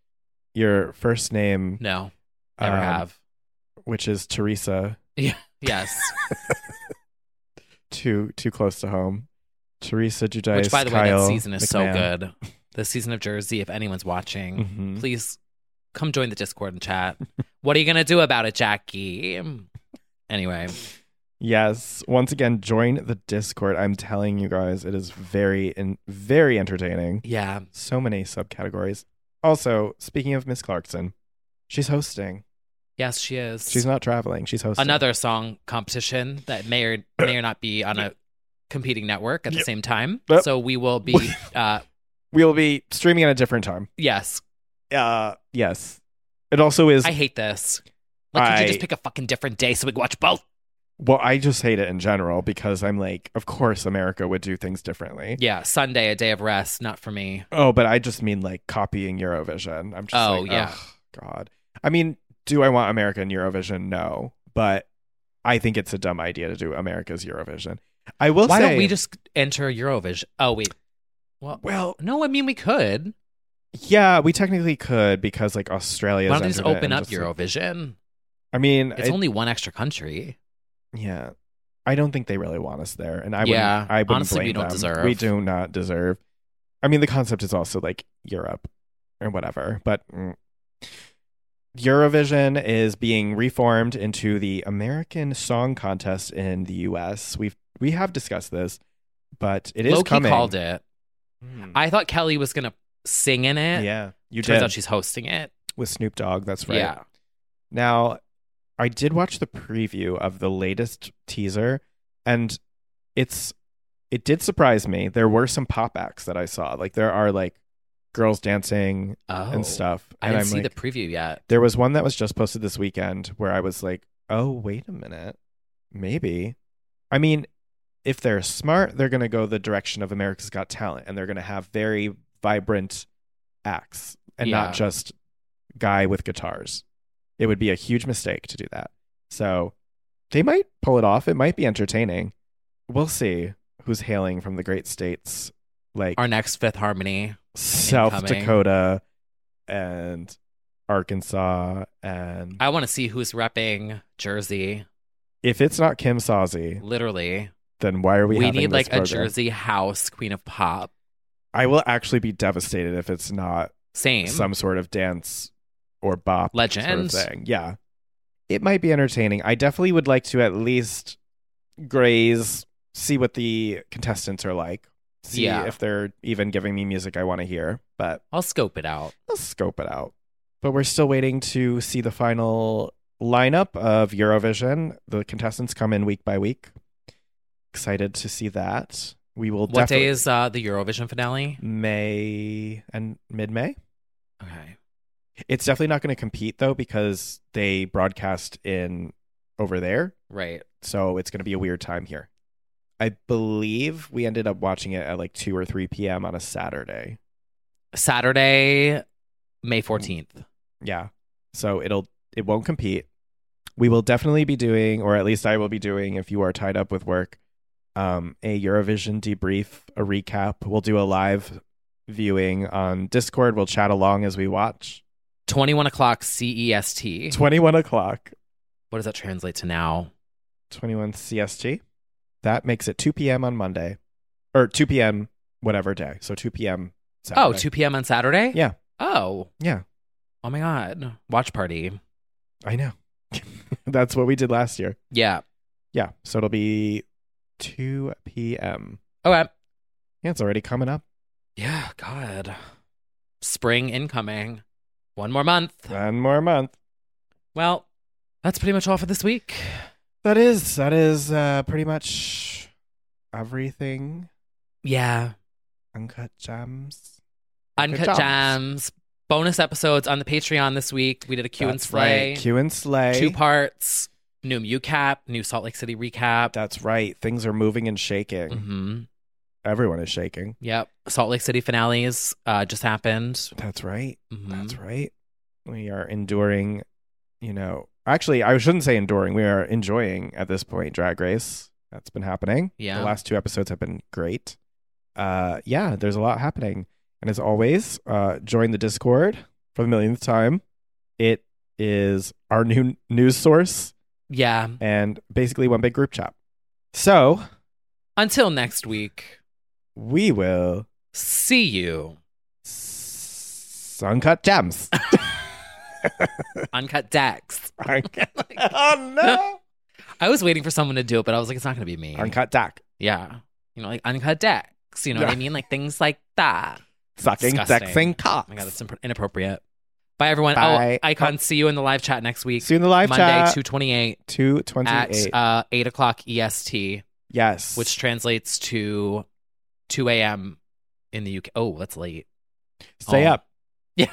Speaker 3: your first name,
Speaker 2: no, never
Speaker 3: um,
Speaker 2: have.
Speaker 3: which is Teresa,
Speaker 2: Yeah. Yes.
Speaker 3: too too close to home. Teresa Judice.
Speaker 2: Which, by the way,
Speaker 3: Kyle
Speaker 2: that season is
Speaker 3: McMahon.
Speaker 2: so good. The season of Jersey. If anyone's watching,
Speaker 3: Mhm.
Speaker 2: please come join the Discord and chat. what are you gonna do about it, Jackie? Anyway,
Speaker 3: Yes. Once again, join the Discord. I'm telling you guys, it is very in very entertaining.
Speaker 2: yeah,
Speaker 3: So many subcategories. Also, speaking of Miss Clarkson, she's hosting.
Speaker 2: yes, she is.
Speaker 3: She's not traveling. She's hosting.
Speaker 2: another song competition that may or may or not be on a competing network at the same time.
Speaker 3: Yep.
Speaker 2: So we will be, uh,
Speaker 3: We will be streaming at a different time.
Speaker 2: yes.
Speaker 3: Uh yes. It also is
Speaker 2: I hate this. Like, could you
Speaker 3: I-
Speaker 2: just pick a fucking different day so we can watch both?
Speaker 3: well, I just hate it in general because I'm like, of course America would do things differently.
Speaker 2: Yeah, Sunday, a day of rest, not for me.
Speaker 3: Oh, but I just mean like copying Eurovision. I'm just
Speaker 2: Oh,
Speaker 3: like,
Speaker 2: yeah.
Speaker 3: ugh, God. I mean, do I want America and Eurovision? No, but I think it's a dumb idea to do America's Eurovision. I will
Speaker 2: Why
Speaker 3: say,
Speaker 2: don't we just enter Eurovision? Oh wait, well,
Speaker 3: well,
Speaker 2: no, I mean we could.
Speaker 3: yeah, we technically could because like
Speaker 2: Why
Speaker 3: Australia.
Speaker 2: don't they just open up Eurovision?
Speaker 3: I mean,
Speaker 2: It's
Speaker 3: it-
Speaker 2: only one extra country.
Speaker 3: yeah. I don't think they really want us there, and I
Speaker 2: Yeah,
Speaker 3: wouldn't, I wouldn't
Speaker 2: honestly, we
Speaker 3: blame
Speaker 2: don't
Speaker 3: them.
Speaker 2: deserve.
Speaker 3: We do not deserve. I mean, the concept is also like Europe or whatever, but mm. Eurovision is being reformed into the American Song Contest in the U.S. We've we have discussed this, but it is
Speaker 2: Loki
Speaker 3: coming.
Speaker 2: called it.
Speaker 3: Mm.
Speaker 2: I thought Kelly was gonna sing in it.
Speaker 3: yeah, you
Speaker 2: turns
Speaker 3: did
Speaker 2: out she's hosting it.
Speaker 3: with Snoop Dogg. That's right.
Speaker 2: Yeah,
Speaker 3: Now, I did watch the preview of the latest teaser, and it's it did surprise me. There were some pop acts that I saw. Like there are like girls dancing
Speaker 2: oh,
Speaker 3: and stuff.
Speaker 2: I
Speaker 3: and
Speaker 2: didn't
Speaker 3: I'm
Speaker 2: see
Speaker 3: like,
Speaker 2: the preview yet.
Speaker 3: there was one that was just posted this weekend where I was like, oh wait a minute, maybe. I mean, if they're smart, they're gonna go the direction of America's Got Talent, and they're gonna have very vibrant acts and
Speaker 2: Yeah.
Speaker 3: not just guy with guitars. It would be a huge mistake to do that. So they might pull it off. It might be entertaining. We'll see who's hailing from the great states like
Speaker 2: Our next Fifth Harmony.
Speaker 3: South
Speaker 2: incoming.
Speaker 3: Dakota and Arkansas and
Speaker 2: I want to see who's repping Jersey.
Speaker 3: if it's not Kim Sawzi,
Speaker 2: Literally,
Speaker 3: then why are we?
Speaker 2: we,
Speaker 3: having
Speaker 2: need
Speaker 3: this
Speaker 2: like a
Speaker 3: program?
Speaker 2: Jersey house queen of pop.
Speaker 3: I will actually be devastated if it's not
Speaker 2: Same.
Speaker 3: some sort of dance or bop sort of
Speaker 2: Legend.
Speaker 3: thing. Yeah, it might be entertaining. I definitely would like to at least graze, see what the contestants are like. see
Speaker 2: Yeah.
Speaker 3: if they're even giving me music I want to hear, but
Speaker 2: I'll scope it out.
Speaker 3: let's scope it out. But we're still waiting to see the final lineup of Eurovision. The contestants come in week by week. Excited to see that. We will
Speaker 2: What
Speaker 3: definitely
Speaker 2: day is uh, the Eurovision finale?
Speaker 3: May and mid May.
Speaker 2: Okay.
Speaker 3: It's definitely not going to compete though because they broadcast in over there,
Speaker 2: Right.
Speaker 3: so it's going to be a weird time here. I believe we ended up watching it at like two or three p.m. on a Saturday.
Speaker 2: Saturday,
Speaker 3: Mm.
Speaker 2: May 14th.
Speaker 3: Yeah, so it'll it won't compete. We will definitely be doing, or at least I will be doing, if you are tied up with work, um, a Eurovision debrief, a recap. We'll do a live viewing on Discord. We'll chat along as we watch.
Speaker 2: 21 o'clock CEST.
Speaker 3: Twenty-one o'clock.
Speaker 2: What does that translate to now?
Speaker 3: 21 CST. That makes it 2 p.m. on Monday or 2 p.m. whatever day. So 2 p.m. Saturday.
Speaker 2: Oh, 2 p.m. on Saturday?
Speaker 3: Yeah.
Speaker 2: Oh.
Speaker 3: Yeah.
Speaker 2: Oh my God. Watch party.
Speaker 3: I know. That's what we did last year.
Speaker 2: Yeah.
Speaker 3: Yeah. So it'll be 2 p.m.
Speaker 2: Okay.
Speaker 3: Yeah, it's already coming up.
Speaker 2: Yeah. God. Spring incoming. One more month.
Speaker 3: One more month.
Speaker 2: Well, that's pretty much all for this week.
Speaker 3: That is, that is uh, pretty much everything.
Speaker 2: Yeah.
Speaker 3: Uncut gems.
Speaker 2: Uncut
Speaker 3: Good jobs.
Speaker 2: Jams. Bonus episodes on the Patreon this week. We did a Q and
Speaker 3: That's
Speaker 2: Slay.
Speaker 3: Right. Q and Slay.
Speaker 2: Two parts. New MUCAP. New Salt Lake City recap.
Speaker 3: That's right. Things are moving and shaking.
Speaker 2: hmm
Speaker 3: Everyone is shaking.
Speaker 2: Yep. Salt Lake City finales uh, just happened.
Speaker 3: That's right.
Speaker 2: Mhm.
Speaker 3: That's right. We are enduring, you know, actually, I shouldn't say enduring. We are enjoying at this point Drag Race. That's been happening.
Speaker 2: Yeah.
Speaker 3: The last two episodes have been great. Uh, yeah, there's a lot happening. And as always, uh, join the Discord for the millionth time. It is our new news source
Speaker 2: Yeah.
Speaker 3: and basically one big group chat. So
Speaker 2: Until next week.
Speaker 3: we will
Speaker 2: See you.
Speaker 3: s- uncut gems.
Speaker 2: Uncut Dax.
Speaker 3: oh, no.
Speaker 2: I was waiting for someone to do it, but I was like, it's not going to be me.
Speaker 3: Uncut Dak.
Speaker 2: Yeah. You know, like uncut Dax. You know what I
Speaker 3: Yeah.
Speaker 2: mean? Like things like that.
Speaker 3: Sucking,
Speaker 2: Disgusting.
Speaker 3: sexing cock.
Speaker 2: Oh my god, that's impro- inappropriate. Bye everyone.
Speaker 3: Bye.
Speaker 2: Oh, Icon, see you in the live chat next week.
Speaker 3: See you in the live
Speaker 2: Monday,
Speaker 3: chat.
Speaker 2: 228
Speaker 3: Two twenty-eight.
Speaker 2: at uh, 8 o'clock EST,
Speaker 3: yes.
Speaker 2: which translates to 2 a.m. in the UK. Oh, that's late.
Speaker 3: stay
Speaker 2: oh.
Speaker 3: up.
Speaker 2: Yeah.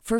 Speaker 8: For